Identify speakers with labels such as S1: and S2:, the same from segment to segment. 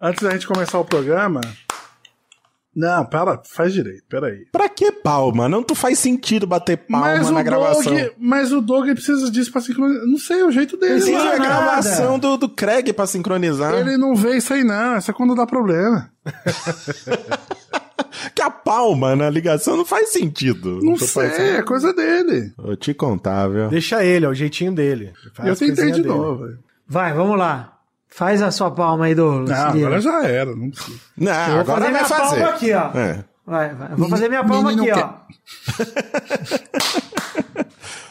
S1: Antes da gente começar o programa. Não, para, faz direito, peraí.
S2: Pra que palma? Não tu faz sentido bater palma
S1: mas,
S2: na
S1: o
S2: gravação.
S1: Doug, mas o Doug precisa disso pra sincronizar. Não sei, é o jeito dele.
S2: Sim,
S1: mano.
S2: a
S3: nada.
S2: gravação do, do Craig pra sincronizar.
S1: Ele não vê isso aí, não. Isso é quando dá problema.
S2: Que a palma na ligação não faz sentido.
S1: Não
S2: tô
S1: sei,
S2: fazendo-
S1: é coisa dele.
S2: Vou te contar, viu?
S3: Deixa ele, é o jeitinho dele. Faz
S1: eu
S3: as coisinhas
S1: tentei de
S3: dele.
S1: novo. velho.
S4: Vai, vamos lá. Faz a sua palma aí, Douglas.
S1: Ah,
S4: Lira.
S1: agora já era, não precisa.
S2: Não,
S4: Eu vou
S2: agora
S4: fazer
S2: vai
S4: minha
S2: fazer.
S4: palma aqui, ó.
S2: É.
S4: Vai, vai. Eu Vou fazer minha palma aqui,
S1: Menino
S4: ó.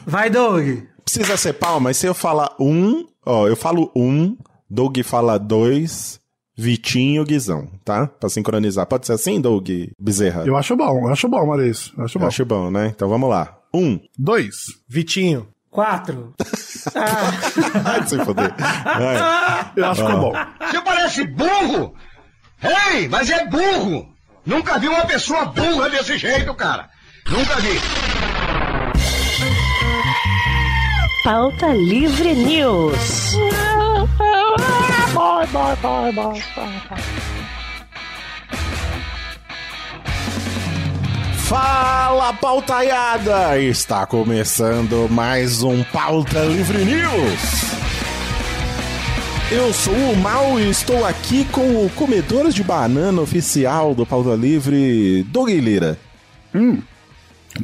S4: Vai, Doug.
S2: Precisa ser palma, mas se eu falar um, ó, eu falo um, Doug fala dois, Vitinho, Guizão, tá? Pra sincronizar. Pode ser assim, Doug Bezerra?
S1: Eu acho bom, eu acho bom, Maurício. Eu acho bom.
S2: acho bom, né? Então vamos lá. Um.
S1: Dois.
S3: Vitinho.
S4: Quatro.
S2: Ai, se foder. Vai.
S1: Eu acho que
S2: Ah.
S1: ficou bom.
S5: Você parece burro! Ei, mas é burro! Nunca vi uma pessoa burra desse jeito, cara! Nunca vi!
S6: Pauta Livre News.
S2: Fala, pautaiada! Está começando mais um Pauta Livre News. Eu sou o Mal e estou aqui com o comedor de banana oficial do Pauta Livre, Doug Lira.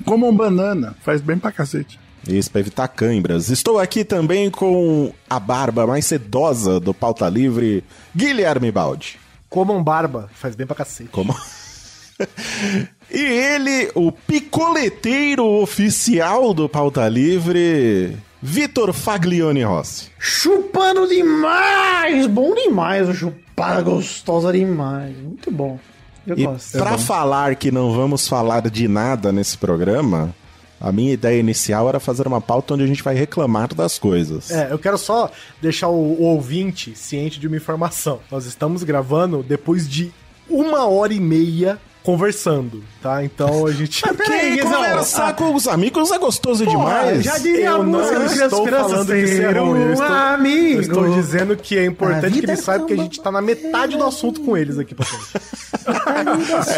S1: Como um banana, faz bem pra cacete.
S2: Isso, pra evitar cãibras. Estou aqui também com a barba mais sedosa do Pauta Livre, Guilherme Baldi.
S3: Como um barba. Faz bem pra cacete.
S2: Como? e ele, o picoleteiro oficial do Pauta Livre, Vitor Faglione Rossi.
S4: Chupando demais. Bom demais. O chupada gostosa demais. Muito bom. Eu
S2: E
S4: gosto.
S2: pra falar que não vamos falar de nada nesse programa, a minha ideia inicial era fazer uma pauta onde a gente vai reclamar das coisas.
S3: É, eu quero só deixar o, o ouvinte ciente de uma informação. Nós estamos gravando depois de uma hora e meia conversando, tá? Então a gente.
S2: Mas peraí,
S3: Guizão?
S2: conversar
S3: Ah,
S2: com os amigos é gostoso demais.
S4: já disse. diria a
S3: eu
S4: música
S3: não
S4: do Crianças
S3: estou
S4: Crianças,
S3: falando que isso é
S4: ter
S3: ruim. Eu
S4: um
S3: estou,
S4: amigo.
S3: eu estou dizendo que é
S4: A
S3: importante que
S4: vida
S3: eles saibam
S4: é
S3: que a gente tá na metade do assunto com eles aqui pra frente.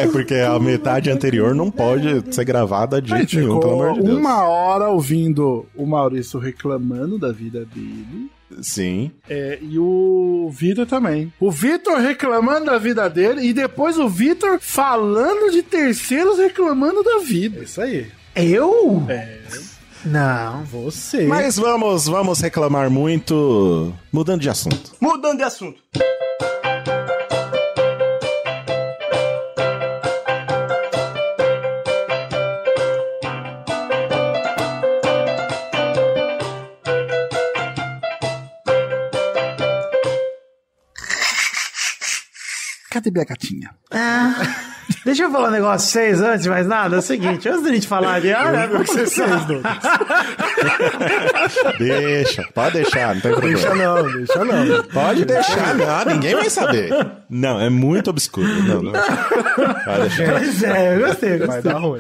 S2: É, porque a metade anterior não pode ser gravada de jeito nenhum, pelo amor de Deus.
S1: uma hora ouvindo o Maurício reclamando da vida dele.
S2: Sim.
S1: É, e o Vitor também. O Vitor reclamando da vida dele e depois o Vitor falando de terceiros reclamando da vida.
S3: É isso aí.
S4: Eu? Não.
S3: Você.
S2: Mas vamos, vamos reclamar muito. Mudando de assunto.
S5: Mudando de assunto.
S1: Cadê minha gatinha?
S4: Deixa eu falar um negócio pra vocês antes de mais nada. É o seguinte, antes da gente falar de. Ah, né, vamos começar.
S2: Deixa, pode deixar, não tem
S3: Deixa
S2: problema.
S3: não, deixa não.
S2: Pode deixar, não, ninguém vai saber. Não, é muito obscuro. Não, não. Pode deixar.
S4: Pois é, eu gostei, eu
S3: Vai
S4: gostei.
S3: dar ruim.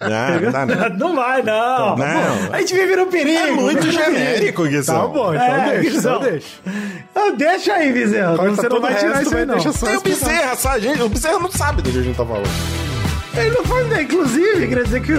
S2: Não, não dá não.
S4: Não vai, não. Né?
S2: Não.
S4: A gente vive no perigo.
S2: É muito genérico,
S3: Tá
S2: Guizão.
S3: bom, então
S4: É,
S3: deixa,
S4: Guizão.
S3: então deixa.
S4: Ah, deixa aí, Vizela.
S3: Corta
S4: Você não
S3: todo
S4: vai
S3: o
S4: tirar
S3: resto,
S4: isso aí,
S3: mas
S4: não.
S3: deixa só
S2: Tem o
S3: esse pedaço.
S2: Bezerra, sabe? Gente, o Bezerra não sabe do que a gente tá falando.
S4: Ele não faz ideia. Inclusive, queria dizer que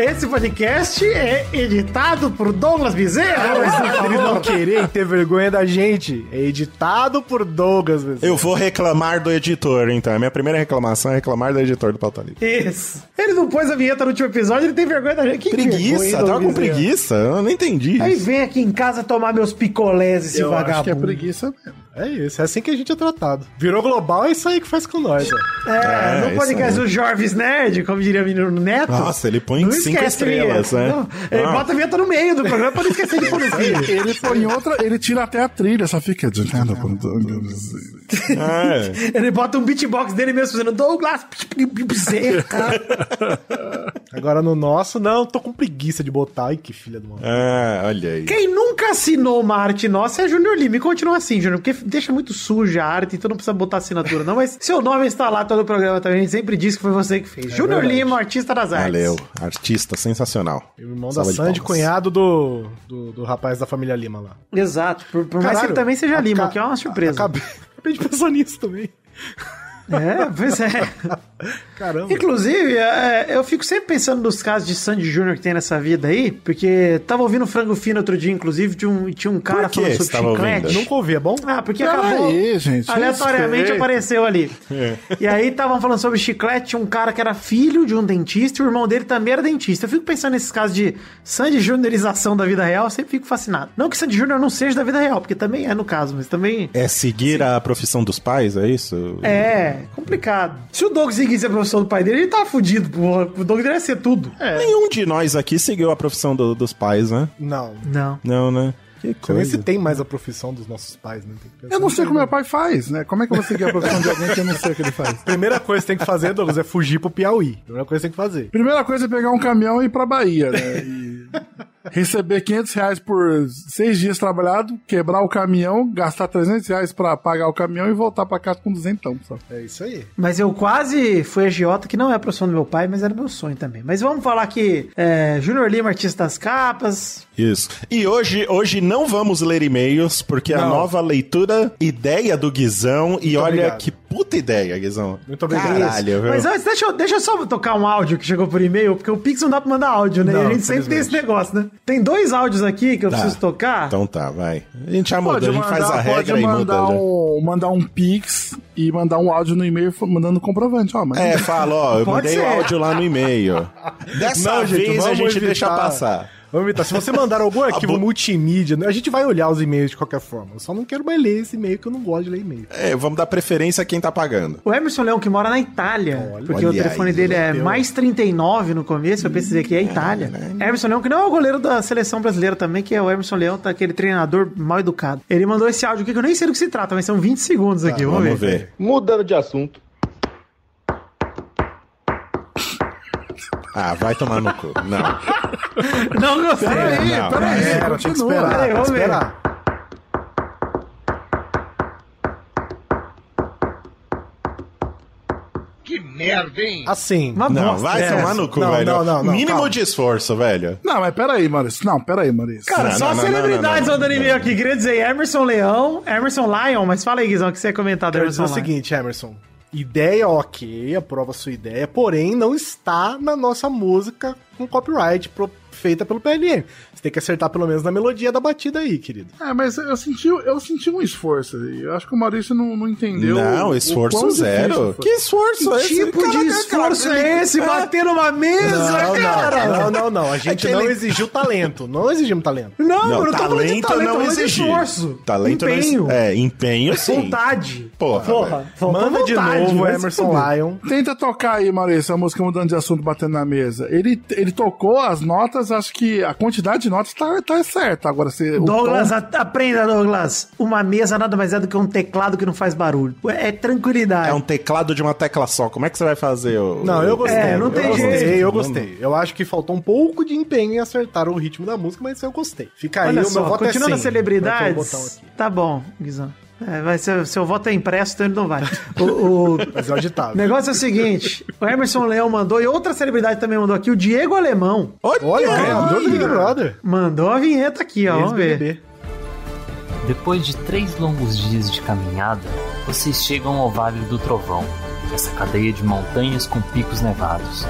S4: esse podcast é editado por Douglas Bezerra.
S2: Ah,
S4: mas não
S3: Se eles
S4: falou.
S3: não querem ter vergonha da gente, é editado por Douglas. Bezerra.
S2: Eu vou reclamar do editor, então. A minha primeira reclamação é reclamar do editor do Pauta Livre.
S4: Isso. Ele não pôs a vinheta no último episódio, ele tem vergonha da gente. Que vergonha,
S2: Preguiça, tava com
S4: Douglas Bezerra.
S2: preguiça. Eu não entendi
S4: Aí
S2: isso.
S4: vem aqui em casa tomar meus picolés, esse
S1: Eu acho que é
S4: vagabundo.
S1: preguiça mesmo.
S3: É isso, é assim que a gente é tratado. Virou global, é isso aí que faz com nós. ó.
S4: É,
S2: É,
S4: no
S2: isso
S4: podcast
S2: aí.
S4: do Jorvis Nerd, como diria o menino Neto.
S2: Nossa, ele põe
S4: não
S2: cinco
S4: esquece
S2: estrelas,
S4: vinheta.
S2: né?
S4: Não, ele
S2: Não.
S4: bota a vinheta no meio do programa pra não esquecer de pôr vinheta.
S1: Ele põe outra, ele tira até a trilha, só fica.
S2: É.
S4: Ele bota um beatbox dele mesmo fazendo Douglas Bezerra.
S3: Agora no nosso, não, tô com preguiça de botar. Ai, que filha do mano.
S2: Ah, olha aí.
S4: Quem nunca assinou uma arte nossa é Junior Lima. E continua assim, Junior, porque deixa muito suja a arte, então não precisa botar assinatura, não. Mas seu nome está lá todo o programa também. A gente sempre diz que foi você que fez. Junior Lima, artista das artes.
S2: É Valeu, artista sensacional.
S3: Irmão da
S2: Salva de
S3: Sandy,
S2: palmas.
S3: cunhado do, do, do rapaz da família Lima lá.
S4: Exato. Por, por mais que
S3: Caralho,
S4: ele também seja
S3: aca-
S4: Lima, que é uma surpresa.
S3: Acabei, repente pensou nisso também.
S4: É, pois é.
S3: Caramba.
S4: Inclusive, é, eu fico sempre pensando nos casos de Sandy Júnior que tem nessa vida aí, porque tava ouvindo um frango fino outro dia, inclusive, de um, tinha um cara
S2: que
S4: falando
S2: você
S4: sobre
S2: tava
S4: chiclete.
S2: ouvindo? é
S3: Nunca ouvi, é bom?
S4: Ah, porque
S1: Pera
S4: acabou.
S1: aí, é gente,
S4: aleatoriamente
S1: respeita.
S4: apareceu ali. E aí estavam falando sobre chiclete, um cara que era filho de um dentista e o irmão dele também era dentista. Eu fico pensando nesses casos de Sandy Juniorização da vida real, eu sempre fico fascinado. Não que Sandy Júnior não seja da vida real, porque também é no caso, mas também.
S2: É seguir a profissão dos pais, é isso?
S4: É, complicado. Se o Doug seguisse a profissão do pai dele, ele tava fudido, porra. O Doug deveria ser tudo.
S2: Nenhum de nós aqui seguiu a profissão do- dos pais, né?
S3: Não.
S4: Não.
S2: Não, né? Que
S3: Você nem
S2: coisa.
S3: se tem mais a profissão dos nossos pais, né? Tem que pensar
S1: Eu não
S3: nisso.
S1: sei como meu pai faz, né? Como é que eu vou seguir a profissão de alguém que eu não sei o que ele faz?
S3: Primeira coisa que tem que fazer, Douglas, é fugir pro Piauí. Primeira coisa que tem que fazer.
S1: Primeira coisa é pegar um caminhão e ir pra Bahia, né? E receber 500 reais por seis dias trabalhado, quebrar o caminhão, gastar 300 reais pra pagar o caminhão e voltar pra casa com duzentão, só.
S3: É isso aí.
S4: Mas eu quase fui agiota, que não é a profissão do meu pai, mas era meu sonho também. Mas vamos falar que é, Júnior Lima, artista das capas.
S2: Isso. E hoje, hoje não vamos ler e-mails, porque a
S3: Não.
S2: nova leitura, ideia do Guizão, e olha
S3: obrigado.
S2: que puta ideia, Guizão.
S3: Muito obrigado. é-
S2: Caralho, viu?
S4: Mas antes, deixa eu, deixa eu só tocar um áudio que chegou por e-mail, porque o Pix não dá pra mandar áudio, né?
S3: Não,
S4: e a gente sempre tem esse negócio, né? Tem dois áudios aqui que eu
S2: Tá.
S4: preciso tocar.
S2: Então tá, vai. A gente já muda, a gente faz a
S1: pode
S2: regra e muda. né?
S1: mandar
S2: já.
S1: um, mandar um pix e mandar um áudio no e-mail f- mandando comprovante, ó, mano.
S2: É, fala, ó, eu
S4: Pode
S2: mandei
S4: ser.
S2: o áudio lá no e-mail. Dessa
S3: Não, gente,
S2: vez a
S3: vamos
S2: gente
S3: evitar.
S2: deixa passar.
S3: Vamos evitar. Se você mandar algum arquivo multimídia, né, a gente vai olhar os e-mails de qualquer forma. Eu só não quero mais ler esse e-mail, que eu não gosto de ler e-mail.
S2: É, vamos dar preferência a quem tá pagando.
S4: O Emerson Leão, que mora na Itália, porque o
S2: olha
S4: telefone
S2: aí,
S4: dele é mais 39 no começo, eu precisei que é Itália. Emerson Leão, que não é o goleiro da seleção brasileira também, que é o Emerson Leão, tá aquele treinador mal educado. Ele mandou esse áudio aqui, que eu nem sei do que se trata, mas são 20 segundos aqui, vamos,
S2: Tá, Vamos
S4: ver.
S2: ver.
S7: Mudando de assunto.
S2: Ah, vai tomar no cu. Não.
S4: Não gostei.
S2: não,
S1: peraí,
S3: Era, tinha que
S1: continua.
S3: esperar.
S4: Peraí,
S3: tem que
S4: vamos ver.
S3: esperar.
S5: Que merda, hein?
S3: Assim.
S4: Uma
S2: Não,
S4: bosta.
S2: vai
S3: é.
S2: tomar no cu,
S3: Não,
S2: velho.
S3: não, não, não,
S2: Mínimo
S3: calma.
S2: de esforço, velho.
S1: Não, mas peraí, Maurício. Não, peraí, Maurício.
S4: Cara,
S2: Não,
S4: só
S2: não, não,
S4: celebridades
S2: não, não,
S4: mandando
S2: não.
S4: e-mail aqui. Queria dizer Emerson Leão, Emerson Lion, mas fala aí, Guizão, o que você ia comentar do
S3: Quero dizer
S4: Emerson
S3: o
S4: Lion.
S3: seguinte, Emerson. Ideia ok, aprova sua ideia, porém não está na nossa música com copyright pro- feita pelo PLM. Você tem que acertar pelo menos na melodia da batida aí, querido.
S1: É, mas eu senti, eu senti um esforço aí. Eu acho que o Maurício não, não entendeu. o-
S2: não,
S1: o
S2: esforço
S1: quão
S2: zero.
S1: difícil foi.
S2: Que esforço é
S4: Que
S2: esse?
S4: tipo de
S2: Caraca,
S4: esforço
S2: cara,
S4: é esse? Bater numa mesa,
S3: Não,
S4: cara?
S3: não, não, não, não. A gente
S2: Aquele-
S3: não exigiu talento. Não exigimos talento.
S4: Não,
S2: Não,
S4: eu não tô falando de
S2: talento,
S4: talento, eu tô
S2: não
S4: falando de
S2: exigi.
S4: esforço.
S2: Talento não
S4: empenho,
S2: exi- É, empenho sim.
S4: vontade.
S2: Porra,
S4: Porra, faltou
S3: Manda de
S4: vontade,
S3: novo
S4: vai se
S3: Emerson
S4: fuder.
S3: Lion.
S1: Tenta tocar aí, Maurício, a música mudando de assunto, batendo na mesa. Ele, ele tocou as notas, acho que a quantidade de notas tá, tá certa. Agora, se o
S4: Douglas,
S1: tom-
S4: a- aprenda, Douglas. Uma mesa nada mais é do que um teclado que não faz barulho. É tranquilidade.
S2: É um teclado de uma tecla só. Como é que você vai fazer? O...
S3: Não, eu gostei.
S4: É, não tem
S3: eu
S4: jeito.
S3: Gostei, eu gostei. Eu acho que faltou um pouco de empenho em acertar o ritmo da música, mas eu gostei. Fica aí,
S4: Olha
S3: o meu
S4: só,
S3: voto é
S4: continuando
S3: sim.
S4: as celebridades.
S3: Apertou o botão um aqui.
S4: Tá bom, Guizão. É, vai ser, seu voto é impresso, então ele não vai. O, o-
S3: Mas é
S4: o
S3: auditável.
S4: negócio é o seguinte: o Emerson Leão mandou, e outra celebridade também mandou aqui, o Diego Alemão.
S3: Olha, ganhador do Big Brother.
S4: Mandou a vinheta aqui, ó. Vamos ver.
S3: Ex-BBB.
S8: Depois de três longos dias de caminhada, vocês chegam ao Vale do Trovão, essa cadeia de montanhas com picos nevados.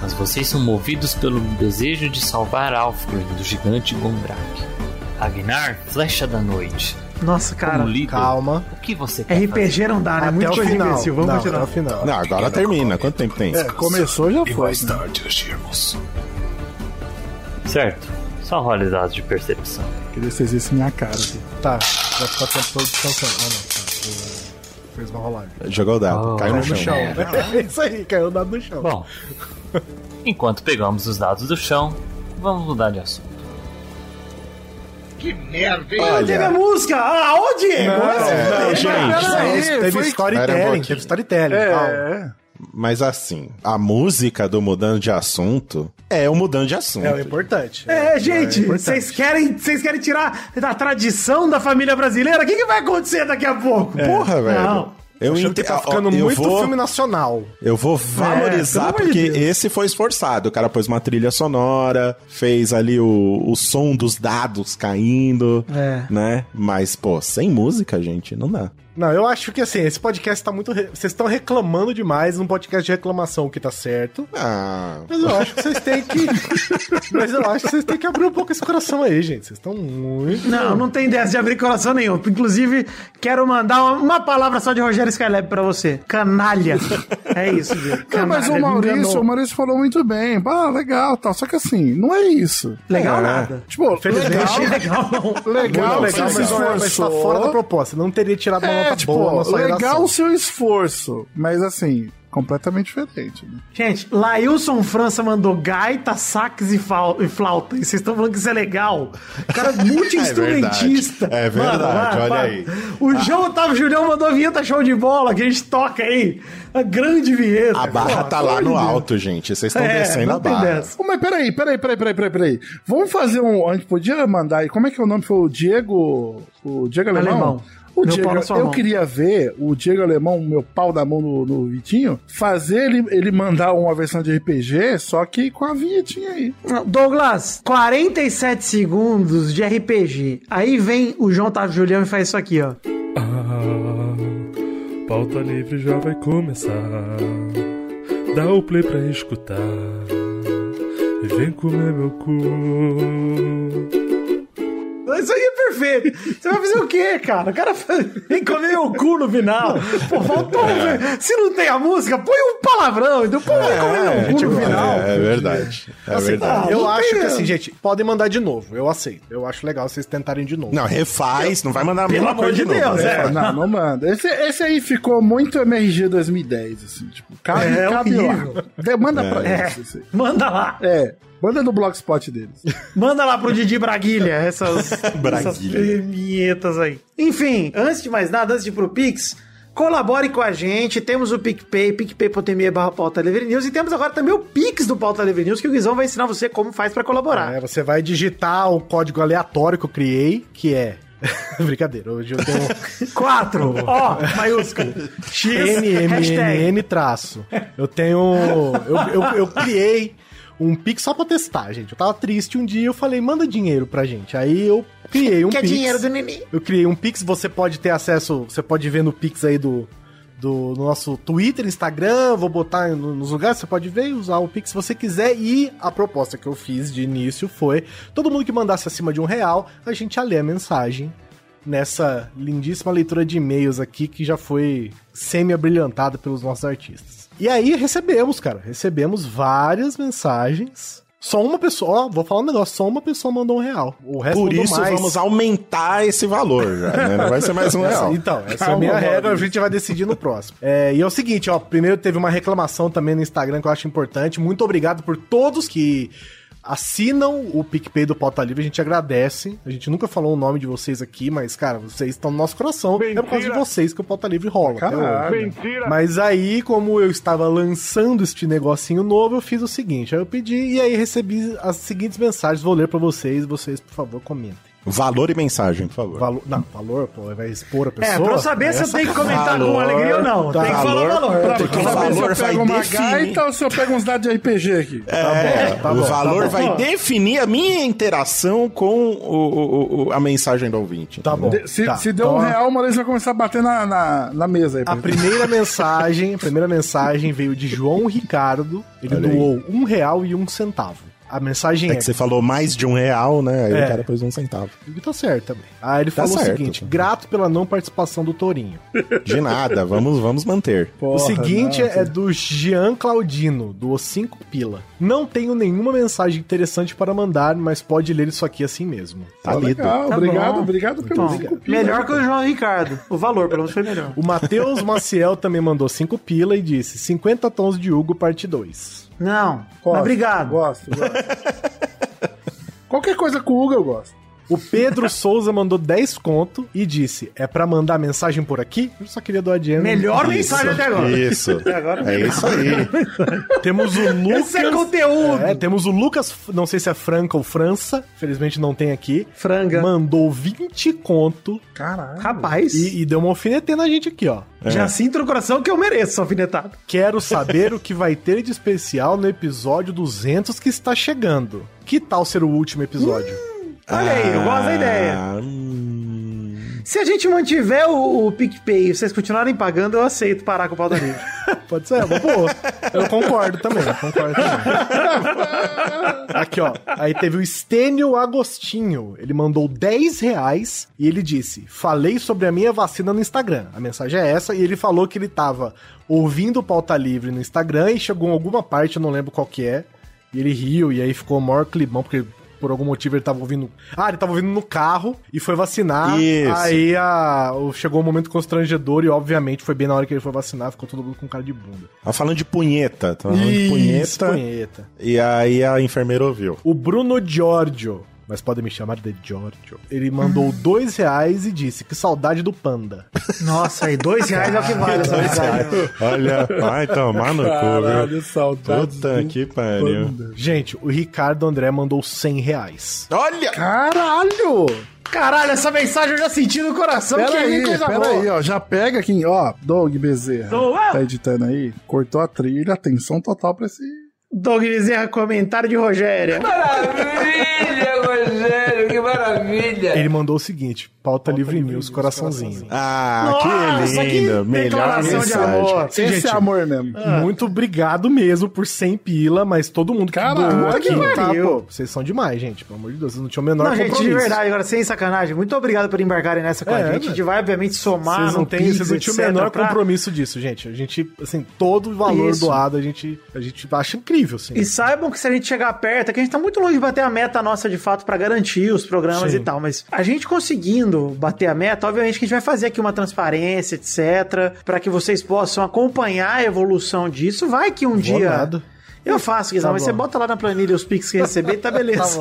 S8: Mas vocês são movidos pelo desejo de salvar Alfgren do gigante Gondrak. Agnar, flecha da noite.
S4: Nossa, cara.
S8: Como líder,
S3: Calma.
S8: o que você quer fazer?
S4: RPG não dá, né? é. Muito coisa imbecil. Vamos
S3: Não,
S4: continuar.
S3: Até o final.
S2: Não, agora termina. Quanto tempo tem?
S1: É. começou, já foi. né?
S8: Certo, só role dados de percepção.
S1: Queria que vocês vissem minha cara. assim. aqui.
S3: Tá, vai ficar o tempo todo descansando. Ah, não, tá. Eu- Fez uma rolagem.
S2: Jogou o dado.
S8: Oh,
S2: caiu no
S8: caiu
S2: chão.
S8: no
S3: Chão. É isso aí, caiu o dado no chão.
S8: Bom, enquanto pegamos os dados do chão, vamos mudar de assunto.
S5: Que merda, hein?
S4: Não
S3: é.
S4: teve a
S2: Olha.
S4: música! Ah, ô Diego!
S2: Não, gente.
S1: Peraí, foi-
S3: Teve
S2: Pera um
S3: storytelling,
S2: pouquinho.
S3: teve storytelling. calma.
S1: É, é.
S2: Mas assim, a música do Mudando de Assunto é o Mudando de Assunto.
S3: É o importante.
S4: É, gente,
S3: importante.
S4: vocês querem, vocês querem tirar da tradição da família brasileira? O que, que vai acontecer daqui a pouco?
S2: É.
S3: É.
S2: Porra, velho.
S4: Não.
S2: Eu,
S3: Achando
S2: ente...
S3: que tá
S2: ó,
S3: ficando
S2: eu
S3: muito
S2: vou,
S3: filme nacional.
S2: Eu vou valorizar
S4: É, pelo amor
S2: porque
S4: de Deus.
S2: esse foi esforçado. O cara pôs uma trilha sonora, fez ali o, o som dos dados caindo,
S4: É.
S2: né? Mas, pô, sem música, gente, não dá.
S3: Não, eu acho que assim, esse podcast tá muito. re- Vocês estão reclamando demais um podcast de reclamação, o que tá certo.
S2: Ah,
S3: Mas eu acho que vocês têm que. mas eu acho que vocês têm que abrir um pouco esse coração aí, gente. Vocês estão muito.
S4: Não, não tem dessa de abrir coração nenhum. Inclusive, quero mandar uma, uma palavra só de Rogério Skylab pra você. Canalha. É isso, Diego.
S1: Não, mas
S4: Canalha,
S1: o
S4: me
S1: Maurício,
S4: enganou.
S1: o Maurício falou muito bem. Ah, legal, tal. Só que assim, não é isso.
S4: Legal
S2: É.
S4: nada.
S1: Tipo,
S3: Felizmente,
S1: legal,
S4: Achei legal, não.
S1: legal,
S3: Muito
S1: legal,
S3: legal,
S1: se
S3: mas, olha, mas tá
S1: esforçou.
S3: fora da proposta. Não teria tirado
S1: É,
S3: uma nota
S1: tipo,
S3: boa na sua
S1: legal
S3: redação.
S1: o seu esforço, mas assim, completamente diferente, né?
S4: Gente, Lailson França mandou gaita, sax e, fal- e flauta. E vocês estão falando que isso é legal. O cara é multi-instrumentista.
S2: É verdade, é
S4: Mano,
S2: verdade, olha
S4: para.
S2: aí.
S4: O João Otávio Julião mandou a vinheta show de bola, que a gente toca aí. A grande vinheta.
S2: a barra
S4: Pô,
S2: tá lá
S4: pelo
S2: no
S4: amor de
S2: alto, gente. Vocês estão
S4: Deus. É,
S2: descendo a
S4: não tem
S2: barra.
S4: dessa.
S1: Ô, mas peraí, peraí, peraí, peraí, peraí, peraí. Vamos fazer um. A gente podia mandar aí. Como é que é o nome? Foi o Diego. O Diego Alemão?
S4: Alemão.
S1: O
S4: Meu
S1: Diego,
S4: pau na sua
S1: eu
S4: mão.
S1: queria ver o Diego Alemão, meu pau da mão no, no Vitinho, fazer ele, ele mandar uma versão de RPG, só que com a vinhetinha aí.
S4: Douglas, 47 segundos de RPG. Aí vem o João Otávio Julião e faz isso aqui, ó.
S7: Ah, pauta livre já vai começar. Dá o play pra escutar. E vem comer meu cu.
S4: Isso aí é perfeito. Você vai fazer o quê, cara? O cara faz- vem comer o cu no final. Pô, faltou. um- Se não tem a música, põe um palavrão. Então, pô, vem comer meu cu no final. Assim, tá.
S2: É, é verdade. É verdade.
S3: Eu
S4: Não
S3: acho
S4: tem-
S3: que assim, gente, podem mandar de novo. Eu aceito. Eu acho legal vocês tentarem de novo.
S2: Não, refaz, não vai mandar a
S4: Pelo
S2: mesma
S4: amor
S2: coisa
S4: de
S2: novo,
S4: Deus,
S2: né?
S4: é.
S1: Não, não manda. Esse, esse aí ficou muito MRG 2010, assim, tipo, cabe,
S4: É
S1: cabe lá.
S4: horrível.
S1: De- Manda pra
S4: É.
S1: eles. Assim.
S4: Manda lá.
S1: É, manda no blogspot deles.
S4: Manda lá pro Didi Braguilha essas, essas
S2: Braguilha.
S4: vinhetas aí. Enfim, antes de mais nada, antes de ir pro Pix, colabore com a gente. Temos o PicPay, picpay.me barra pauta livre news e temos agora também o Pix do pauta livre news que o Guizão vai ensinar você como faz pra colaborar.
S3: É, você vai digitar o código aleatório que eu criei, que é. Brincadeira, hoje eu tenho.
S4: 4, ó, maiúsculo, X, hashtag.
S3: NMNN traço. Eu tenho. Eu, eu, eu criei um Pix só pra testar, gente. Eu tava triste um dia eu falei, manda dinheiro pra gente. Aí eu criei um
S4: que é
S3: Pix.
S4: dinheiro do neném.
S3: Eu criei um Pix, você pode ter acesso, você pode ver no Pix aí do, do nosso Twitter, Instagram, vou botar no- nos lugares, você pode ver e usar o Pix se você quiser. E a proposta que eu fiz de início foi: todo mundo que mandasse acima de um real, a gente ia ler a mensagem nessa lindíssima leitura de e-mails aqui que já foi semi-abrilhantada pelos nossos artistas. E aí recebemos, cara, recebemos várias mensagens. Só uma pessoa, ó, vou falar um negócio, só uma pessoa mandou um real. O resto
S2: Por
S3: mandou
S2: isso,
S3: mais.
S2: vamos aumentar esse valor já, né? Não vai ser mais um
S3: Essa-
S2: real.
S3: então, essa é a
S1: Calma,
S3: minha regra, a
S1: Maurício.
S3: gente vai decidir no próximo. É, e é o seguinte, ó, primeiro teve uma reclamação também no Instagram que eu acho importante. Muito obrigado por todos que assinam o PicPay do Pauta Livre, a gente agradece. A gente nunca falou o nome de vocês aqui, mas, cara, vocês estão no nosso coração. É por causa de vocês que o Pauta Livre rola. até hoje. Mas aí, como eu estava lançando este negocinho novo, eu fiz o seguinte, aí eu pedi e aí recebi as seguintes mensagens, vou ler pra vocês, vocês, por favor, comentem.
S2: Valor e mensagem, por favor.
S3: Valor, não, valor, pô, vai expor a pessoa.
S4: É, pra eu saber se eu tenho que comentar com alegria ou não.
S3: tá.
S4: Tem que falar o
S2: Tem
S4: valor.
S2: que
S1: Pra
S2: o
S1: saber
S2: valor
S1: se eu
S2: vai
S1: pego uma
S2: definir.
S1: gaita ou se eu pego uns dados de RPG aqui.
S2: É,
S3: tá
S2: o
S3: bom, tá
S2: valor
S3: bom.
S2: vai definir a minha interação com o- o- o- a mensagem do ouvinte.
S3: Tá bom.
S1: De- se,
S3: tá.
S1: se deu
S3: Então,
S1: um
S3: a-
S1: real, o Maurício vai começar a bater na, na, na mesa aí.
S3: A primeira mensagem, a primeira mensagem veio de João Ricardo. Ele
S2: Olha aí.
S3: doou um real e um centavo. A mensagem é,
S2: É que você falou mais de um real, né? Aí
S3: É.
S2: o cara pôs um centavo.
S3: ele tá certo também. Aí ele
S2: Tá
S3: falou o
S2: certo.
S3: seguinte: grato pela não participação do Tourinho.
S2: De nada, vamos, vamos manter.
S3: o seguinte é do Jean Claudino, do O5 Pila. Não tenho nenhuma mensagem interessante para mandar, mas pode ler isso aqui assim mesmo.
S2: Tá lido.
S1: Legal,
S4: Tá
S1: obrigado,
S4: bom.
S1: obrigado pelo
S4: Bom,
S1: cinco pila.
S4: melhor que o João Ricardo. O valor, pelo menos, foi melhor.
S3: O Matheus Maciel também mandou 5 pila e disse 50 tons de Hugo, parte 2.
S4: Não,
S1: Gosto,
S4: obrigado.
S1: Gosto, gosto. Qualquer coisa com o Hugo eu gosto.
S3: O Pedro Souza mandou 10 conto e disse: É pra mandar mensagem por aqui? Eu só queria doar dinheiro.
S4: Melhor mensagem até agora.
S2: Isso.
S4: agora-
S2: é isso aí.
S3: Temos o Lucas.
S4: Esse é conteúdo.
S3: É, temos o Lucas, não sei se é Franca ou França, felizmente não tem aqui.
S4: Franga.
S3: Mandou 20 conto
S1: Caralho.
S4: Rapaz,
S3: e, É. e deu uma alfinetada na gente aqui, ó.
S4: já sinto no coração que eu mereço essa alfinetada.
S3: Quero saber o que vai ter de especial no episódio 200 que está chegando.
S4: Hum.
S3: Que tal ser o último episódio?
S4: Ah. Olha aí, eu gosto da ideia.
S2: Ah, hum.
S4: Se a gente mantiver o, o PicPay e vocês continuarem pagando, eu aceito parar com o pau da livre.
S3: Pode ser, é uma boa. Eu concordo também, eu concordo também. Aqui, ó. Aí teve o Estênio Agostinho. Ele mandou 10 reais e ele disse: Falei sobre a minha vacina no Instagram. A mensagem é essa, e ele falou que ele tava ouvindo o pauta livre no Instagram e chegou em alguma parte, eu não lembro qual que é. E ele riu, e aí ficou o maior climão, porque por algum motivo ele tava ouvindo. Ah, ele tava ouvindo no carro e foi vacinar.
S2: Isso.
S3: Aí a... chegou um momento constrangedor e, obviamente, foi bem na hora que ele foi vacinar, ficou todo mundo com cara de bunda.
S2: Tava falando de punheta. Tava falando de punheta.
S3: punheta.
S2: E aí a enfermeira ouviu.
S3: O Bruno Giorgio, mas podem me chamar de Giorgio, ele mandou dois reais e disse que saudade do panda.
S4: Nossa, aí dois reais é o que vale essa mensagem.
S2: Olha, vai tomar no cu, viu?
S1: Caralho, saudades.
S2: Puta
S1: do
S2: que pariu.
S1: panda.
S3: Gente, o Ricardo André mandou 100 reais.
S2: Olha!
S3: Caralho!
S4: Caralho, essa mensagem eu já senti no coração. que
S1: Pera aí,
S4: coisa
S1: pera
S4: boa.
S1: aí, ó. Já pega aqui, ó. Doug Bezerra.
S4: Sou eu.
S1: Tá editando aí. Cortou a trilha, atenção total pra esse.
S4: Doug Bezerra, comentário de Rogério.
S9: Maravilha, Rogério, que maravilha.
S3: Ele mandou o seguinte: pauta, livre, news, coraçãozinho.
S2: Ah,
S4: Nossa,
S2: que
S4: que
S2: lindo. Melhor
S4: declaração de
S2: mensagem.
S4: amor.
S1: Esse
S3: gente,
S1: é amor mesmo.
S3: Muito obrigado mesmo por 100 pila, mas todo mundo que
S1: Caralho,
S3: doou aqui,
S1: que
S3: tá,
S4: pariu.
S3: pô, vocês são demais, gente. Pelo amor de Deus, vocês não tinham o menor
S4: Não,
S3: compromisso.
S4: gente, de verdade, agora, sem sacanagem, muito obrigado por embarcarem nessa com
S3: É,
S4: a gente. A gente vai, obviamente, somar
S3: Vocês não,
S4: no
S3: têm,
S4: Pix,
S3: vocês não tinham o
S4: etc,
S3: menor
S4: pra-
S3: compromisso disso, gente. A gente, assim, todo o valor
S4: Isso.
S3: doado a gente, a gente acha incrível, assim.
S4: E saibam que se a gente chegar perto, é que a gente tá muito longe de bater a meta nossa de fato pra garantir os programas
S3: Sim.
S4: e tal, mas a gente conseguindo bater a meta, obviamente que a gente vai fazer aqui uma transparência, etc, pra que vocês possam acompanhar a evolução disso. Vai que um dia
S3: nada.
S4: eu faço, Guizão,
S3: Tá
S4: mas
S3: bom.
S4: você bota lá na planilha os pics que receber e tá beleza.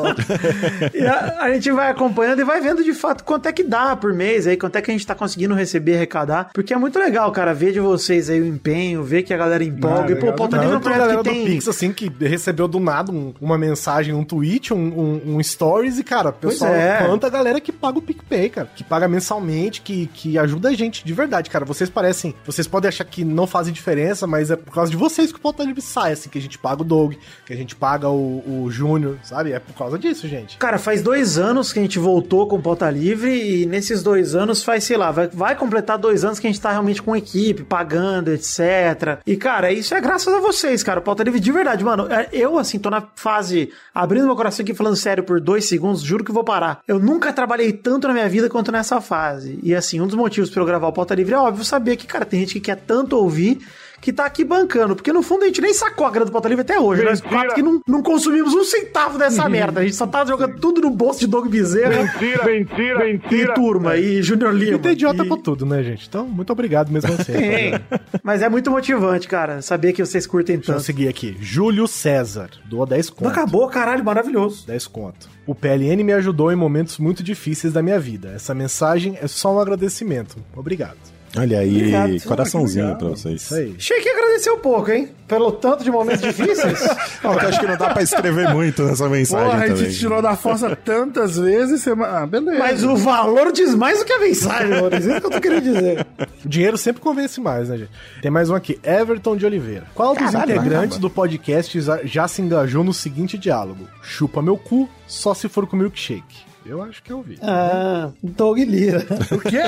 S4: e a, a gente vai acompanhando e vai vendo de fato quanto é que dá por mês aí, quanto é que a gente tá conseguindo receber, arrecadar. Porque é muito legal, cara, ver de vocês aí o empenho, ver que a galera empolga.
S3: Ah,
S4: e, pô, o Pauta Livre é um
S3: Tanto a
S4: projeto
S3: galera
S4: que tem...
S3: do Pix, assim, que recebeu do nada um- uma mensagem, um tweet, um, um- um stories, e, cara, pessoal,
S4: é.
S3: quanta galera que paga o PicPay, cara, que paga mensalmente, que, que ajuda a gente, de verdade, cara. Vocês parecem, vocês podem achar que não fazem diferença, mas é por causa de vocês que o Pauta Livre sai, assim, que a gente paga o Doug, que a gente paga o, o Júnior, sabe? É por causa disso, gente.
S4: Cara, faz dois anos que a gente voltou com pauta livre e nesses dois anos faz, sei lá, vai, vai completar dois anos que a gente tá realmente com equipe, pagando, etc. E, cara, isso é graças a vocês, cara. O pauta livre de verdade, mano. é- Eu, assim, tô na fase abrindo meu coração aqui falando sério por dois segundos, juro que vou parar. Eu nunca trabalhei tanto na minha vida quanto nessa fase. E, assim, um dos motivos pra eu gravar o pauta livre é óbvio saber que, cara, tem gente que quer tanto ouvir que tá aqui bancando. Porque no fundo a gente nem sacou a grana do Pauta Livre até hoje. né? Nós quatro que não, não consumimos um centavo dessa
S3: Uhum.
S4: merda. A gente só tá jogando tudo no bolso de Doug Bezerra. Mentira, mentira, mentira. E turma, e Júnior Lima.
S3: E tem idiota
S4: e...
S3: pra tudo, né, gente? Então, muito obrigado mesmo assim.
S4: Tem.
S3: rapaziada.
S4: Mas é muito motivante, cara, saber que vocês curtem
S3: Deixa eu
S4: tanto.
S3: seguir aqui. Júlio César, doa 10
S4: Não
S3: conto.
S4: acabou, caralho, maravilhoso.
S3: 10 conto. O PLN me ajudou em momentos muito difíceis da minha vida. Essa mensagem é só um agradecimento. Obrigado.
S2: Olha aí,
S4: Obrigado.
S2: coraçãozinho pra vocês.
S3: Isso aí.
S4: Achei que agradeceu um pouco, hein? Pelo tanto de momentos difíceis.
S2: Não, que eu acho que não dá pra escrever muito nessa mensagem
S1: Porra, a gente
S2: também.
S1: tirou da fossa tantas vezes. Você... Ah, beleza.
S4: mas o valor diz mais do que a mensagem, Lourenço. Isso que eu tô querendo dizer.
S3: O dinheiro sempre convence mais, né, gente? Tem mais um aqui. Everton de Oliveira. Qual dos integrantes do podcast já- já se engajou no seguinte diálogo? Chupa meu cu, só se for com milkshake. Eu acho que eu vi.
S4: Ah, Doug Lira. O quê?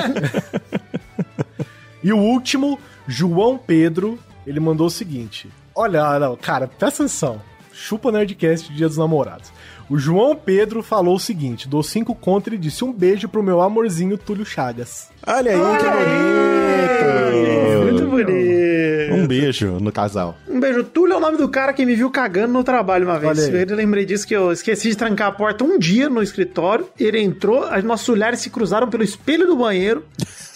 S3: E o último, João Pedro, ele mandou o seguinte: Olha, não, cara, presta atenção. Chupa Nerdcast Dia dos Namorados. O João Pedro falou o seguinte: dou cinco contra e disse um beijo pro meu amorzinho Túlio Chagas.
S2: Olha aí, que bonito.
S4: Muito bonito.
S2: Um beijo no casal.
S4: Um beijo. Túlio é o nome do cara que me viu cagando no trabalho uma vez.
S3: Olha aí.
S4: Eu lembrei disso que eu esqueci de trancar a porta um dia no escritório. Ele entrou, as nossos olhares se cruzaram pelo espelho do banheiro.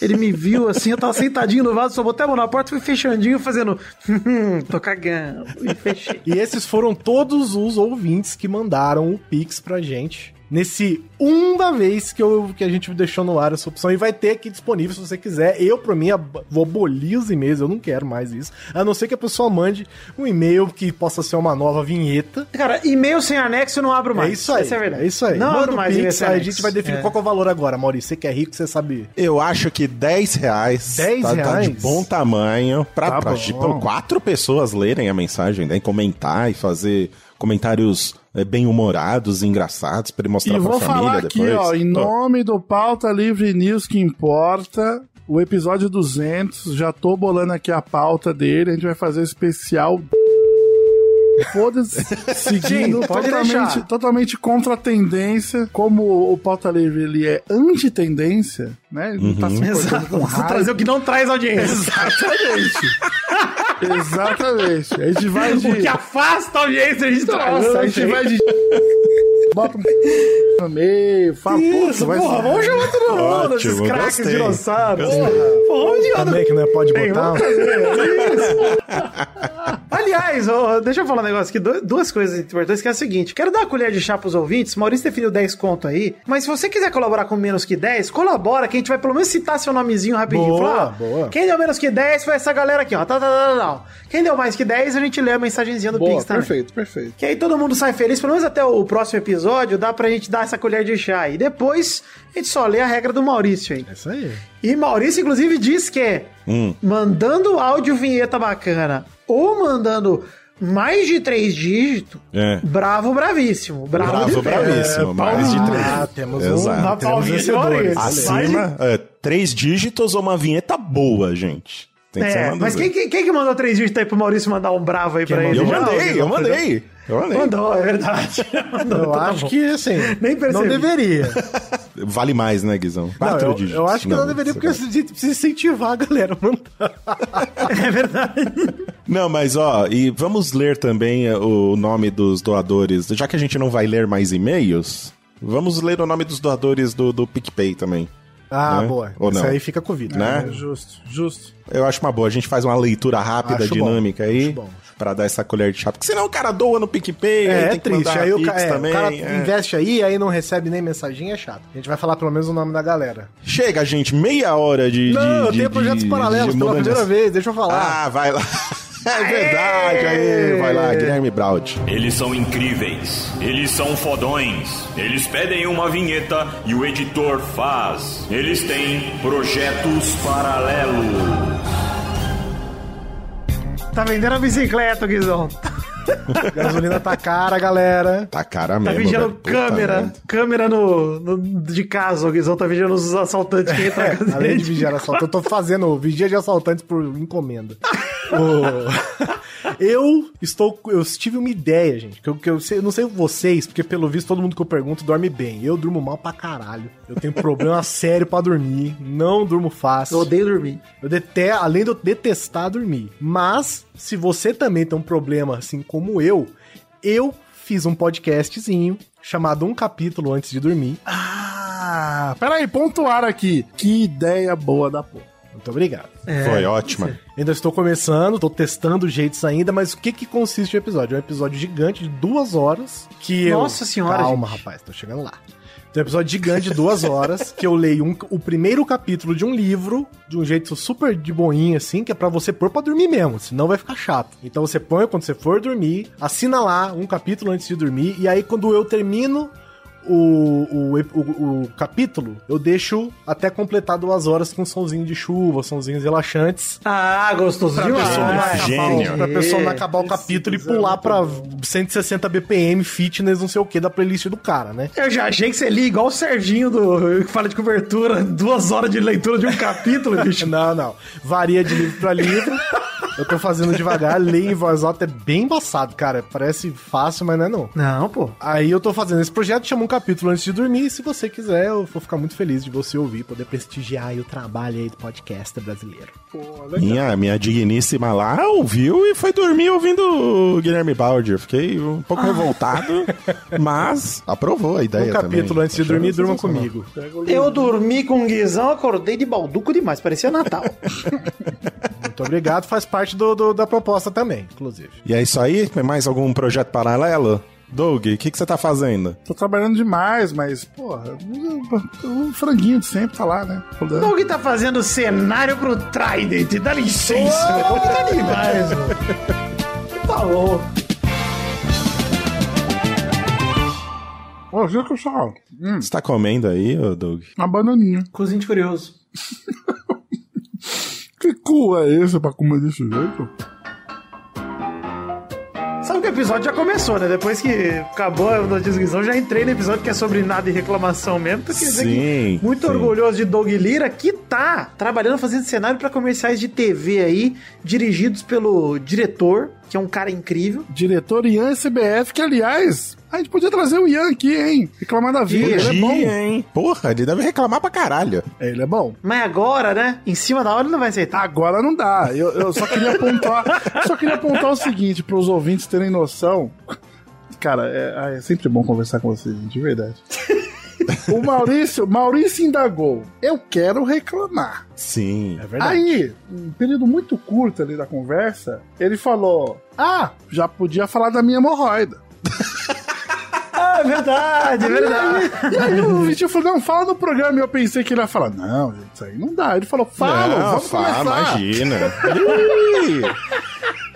S4: Ele me viu assim, eu tava sentadinho no vaso, só botei a mão na porta, fui fechadinho, fazendo. Hum, tô cagando. E fechei.
S3: E esses foram todos os ouvintes que mandaram o Pix pra gente. Nesse um da vez que, eu, que a gente deixou no ar essa opção. E vai ter aqui disponível se você quiser. Eu, pra mim, ab- vou abolir os e-mails. Eu não quero mais isso. A não ser que a pessoa mande um e-mail que possa ser uma nova vinheta.
S4: Cara, e-mail sem anexo eu não abro mais.
S3: é isso aí.
S4: Essa é a verdade.
S3: É isso aí.
S4: Não
S3: Manda
S4: abro
S3: o
S4: mais e-mail
S3: Pix.
S4: sem
S3: Aí a
S4: anexo.
S3: gente vai definir
S4: É.
S3: qual que é o valor agora, Maurício. Você que é rico, você sabe.
S2: Eu acho que 10 reais,
S3: 10
S2: tá, tá
S3: reais?
S2: de bom tamanho pra,
S3: Tá
S2: pra,
S3: bom.
S2: tipo, quatro pessoas lerem a mensagem, né? E comentar e fazer comentários é, bem-humorados e engraçados pra ele mostrar
S1: E
S2: pra
S1: vou
S2: família
S1: falar aqui,
S2: depois.
S1: ó, em
S2: Tô. um
S1: nome do Pauta Livre News que importa, o episódio 200, já tô bolando aqui a pauta dele, a gente vai fazer o especial... Foda-se, seguindo
S4: Sim, pode
S1: totalmente,
S4: deixar.
S1: totalmente contra a tendência, como o Pauta Livre ele é antitendência, né? Ele não tá se importando com
S4: Uhum. Vou
S1: rádio.
S4: trazer o que não traz audiência.
S1: Exatamente. Exatamente. A gente vai de.
S4: O que afasta a audiência, a gente traz.
S1: Nossa, a gente vai de. Bota um no meio, fala, puta,
S4: Isso,
S1: vai
S4: porra, vamos chamar todo mundo, esses
S2: Ótimo,
S4: craques,
S2: gostei.
S4: dinossauros.
S2: Gostei.
S4: Porra, porra, onde anda
S3: Também que não é pode
S4: Tem,
S3: botar.
S4: vamos fazer, isso. Aliás, ô, deixa eu falar um negócio aqui. du- Duas coisas importantes, que é o seguinte. Quero dar uma colher de chá pros ouvintes. Maurício definiu 10 conto aí. Mas se você quiser colaborar com menos que 10, colabora, que a gente vai pelo menos citar seu nomezinho rapidinho.
S3: Boa,
S4: Falar, ó,
S3: boa.
S4: Quem deu menos que 10 foi essa galera aqui, ó. Tá, tá, tá, tá, tá. Quem deu mais que 10, a gente lê a mensagenzinha do
S1: Boa,
S4: Pix também.
S1: perfeito, perfeito.
S4: Que aí todo mundo sai feliz, pelo menos até o próximo episódio, dá pra gente dar essa colher de chá. E depois a gente só lê a regra do Maurício aí.
S3: É isso aí.
S4: E Maurício, inclusive, diz que
S2: Hum.
S4: mandando áudio vinheta bacana ou mandando mais de três dígitos,
S2: É.
S4: bravo, bravíssimo. Bravo,
S2: Bravo,
S4: de pé.
S2: bravíssimo. mais de três.
S3: Ah, temos
S2: Exato.
S3: um.
S4: Dá
S3: temos
S4: palminha de
S3: vencedores. Assim.
S4: Maurício. Mais de-
S2: Acima, é, três dígitos ou uma vinheta boa, gente. Tem que ser
S4: É,
S2: uma
S4: mas
S2: das
S4: quem,
S2: duas.
S4: quem, quem que mandou três dígitos aí pro Maurício mandar um bravo aí pra ele?
S2: Eu
S3: é?
S4: Já,
S2: mandei,
S4: já
S2: eu mandei. Eu mandei.
S4: Mandou, é verdade. Mandou,
S3: Eu
S4: então tá
S3: acho
S4: bom.
S3: que, assim,
S4: Nem percebi.
S3: não deveria.
S2: Vale mais, né, Guizão? Quatro
S3: não, eu,
S2: dígitos.
S3: eu acho que não, deveria, porque assim, a
S2: você-
S3: gente precisa incentivar a galera a mandar.
S4: É verdade.
S2: Não, mas ó, e vamos ler também eh, o nome dos doadores. Já que a gente não vai ler mais e-mails, vamos ler o nome dos doadores do, do PicPay também.
S3: Ah,
S2: Né?
S3: boa.
S2: Ou
S3: Isso
S2: não.
S3: aí fica com vida.
S2: Né?
S3: É,
S1: Justo, justo.
S2: Eu acho uma boa. A gente faz uma leitura rápida,
S3: Acho
S2: dinâmica
S3: bom,
S2: aí,
S3: acho bom.
S2: pra dar essa colher de chá. Porque senão o cara doa no PicPay,
S3: É,
S2: aí
S3: é
S2: tem que
S3: triste.
S2: mandar
S3: Aí o,
S2: Pix
S3: ca- é,
S2: também.
S3: o cara
S2: é.
S3: investe aí, aí não recebe nem mensagem, é chato. A gente vai falar pelo menos o nome da galera.
S2: Chega, gente, meia hora de...
S3: não,
S2: de,
S3: eu
S2: de-
S3: tenho projetos
S2: de-
S3: paralelos
S2: de
S3: pela
S2: mudança.
S3: primeira vez, deixa eu falar.
S2: Ah, vai lá. É verdade, aí, vai lá, Guilherme Braut.
S10: Eles são incríveis, eles são fodões. Eles pedem uma vinheta e o editor faz. Eles têm projetos paralelos.
S4: Tá vendendo a bicicleta, Guizão. Tá
S3: Gasolina tá cara, galera.
S2: Tá cara
S4: Tá
S2: mesmo,
S4: vigiando
S2: velho. Puta
S4: câmera.
S2: merda.
S4: Câmera no, no- de casa, o Guizão tá vigiando os assaltantes que entram na casa
S3: Além de
S4: dele.
S3: vigiar assaltantes, eu tô fazendo vigia de assaltantes por encomenda. O- eu estou. Eu tive uma ideia, gente. Que eu, que eu, sei- eu não sei vocês, porque pelo visto todo mundo que eu pergunto dorme bem. Eu durmo mal pra caralho. Eu tenho problema sério pra dormir. Não durmo fácil.
S4: Eu odeio dormir.
S3: Eu dete- além de eu detestar dormir. Mas, se você também tem um problema assim como eu, eu fiz um podcastzinho chamado Um Capítulo Antes de Dormir.
S1: Ah, peraí, pontuar aqui. Que ideia boa da porra.
S3: Muito obrigado.
S2: Foi ótima.
S3: Ainda estou começando, estou testando jeitos ainda, mas o que que consiste o episódio? É um episódio gigante de duas horas que eu...
S4: Nossa senhora,
S3: Calma,
S4: gente.
S3: rapaz, tô chegando lá. Tem um episódio gigante de duas horas que eu leio um- o primeiro capítulo de um livro de um jeito super de boinha, assim, que é pra você pôr pra dormir mesmo, senão vai ficar chato. Então você põe quando você for dormir, assina lá um capítulo antes de dormir, e aí quando eu termino o, o, ep- o- o capítulo, eu deixo até completar duas horas com somzinho de chuva, somzinhos relaxantes.
S4: Ah, gostoso demais.
S2: gênio.
S3: é, Pra pessoa não acabar o capítulo e pular pra 160 BPM, fitness, não sei o que, da playlist do cara, né?
S4: Eu já achei que você lia igual o Serginho do que fala de cobertura, duas horas de leitura de um capítulo, bicho.
S3: Não, não. Varia de livro pra livro. Eu tô fazendo devagar, leio em voz alta, é bem embaçado, cara. Parece fácil, mas não é não.
S4: Não, pô.
S3: Aí eu tô fazendo esse projeto, chama um capítulo antes de dormir, e se você quiser, eu vou ficar muito feliz de você ouvir, poder prestigiar aí o trabalho aí do podcast brasileiro.
S2: Minha, minha digníssima lá ouviu e foi dormir ouvindo o Guilherme Baldi. Eu Fiquei um pouco revoltado, mas aprovou a
S3: Ah. Um
S2: ideia também.
S3: capítulo antes de
S2: Achei
S3: dormir, durma
S2: sensacional.
S3: comigo.
S4: Eu dormi com o Guizão, acordei de balduco demais, parecia Natal.
S3: Muito obrigado, faz parte do- do- da proposta também, inclusive.
S2: E é isso aí? Tem mais algum projeto paralelo? Doug, o que, que você tá fazendo?
S1: Tô trabalhando demais, mas, porra, o- o franguinho de sempre tá lá, né? Rodando.
S4: Doug tá fazendo cenário pro Trident, dá licença. meu. Doug tá demais, mano. Tá bom.
S1: Ô, viu que eu só. Hum,
S2: Você tá comendo aí, ô Doug?
S1: uma bananinha.
S4: Cozinho de Furioso.
S1: Que cu é esse pra comer desse jeito?
S4: Sabe que o episódio já começou, né? Depois que acabou a notícia do Guizão, já entrei no episódio que é sobre nada e reclamação mesmo. Então quer dizer
S2: Sim,
S4: que muito
S2: sim.
S4: orgulhoso de Doug Lira, que tá trabalhando fazendo cenário pra comerciais de TV aí, dirigidos pelo diretor, que é um cara incrível.
S1: Diretor Ian CBF, que aliás, a gente podia trazer o Ian aqui, hein? Reclamar da vida, ele é bom.
S2: hein? Porra, ele deve reclamar pra caralho.
S1: É, ele é bom.
S4: Mas agora, né? Em cima da hora ele não vai aceitar.
S1: Agora não dá. Eu, eu só queria apontar, só queria apontar o seguinte para os ouvintes terem noção. Cara, é, ah, é sempre bom conversar com vocês, gente, de verdade. O Maurício, Maurício indagou. Eu quero reclamar. É
S2: Sim.
S1: Aí, um período muito curto ali da conversa, ele falou: Ah, já podia falar da minha hemorroida.
S4: Ah, verdade, verdade.
S1: E aí o Vitinho falou: Não, fala no programa. E eu pensei que ele ia falar: Não, gente, isso aí não dá. Ele falou: Fala,
S2: Não,
S1: vamos
S2: fala,
S1: começar.
S2: imagina.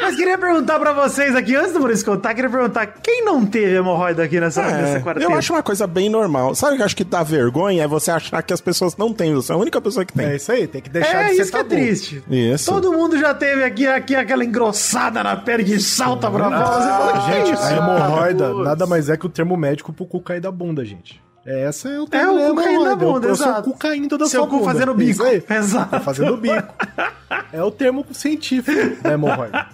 S4: Mas queria perguntar pra vocês aqui, antes do Maurício contar, queria perguntar quem não teve hemorroida aqui nessa, nessa
S2: É,
S4: quarentena?
S2: eu acho uma coisa bem normal. Sabe o que eu acho que dá vergonha? É você achar que as pessoas não têm. Você é a única pessoa que tem.
S3: É isso aí, tem que deixar
S4: é,
S3: de ser
S4: isso que é
S3: tabu.
S4: triste.
S2: Isso.
S4: Todo mundo já teve aqui, aqui aquela engrossada na pele que salta pra é fora. Você fala, que
S3: Ah, Gente,
S4: isso,
S3: a
S4: cara?
S3: hemorroida
S4: Putz.
S3: nada mais é que o termo médico pro cu cair da bunda, gente. É, Essa é o
S4: É
S3: termo
S4: o cu caindo da
S3: hemorroida,
S4: bunda,
S3: é o seu
S4: exato.
S3: cu caindo da
S4: Seu
S3: sua
S4: cu
S3: bunda.
S4: fazendo
S3: É isso
S4: bico.
S3: aí.
S4: Exato.
S3: Tá fazendo bico. É o termo científico da hemorroida.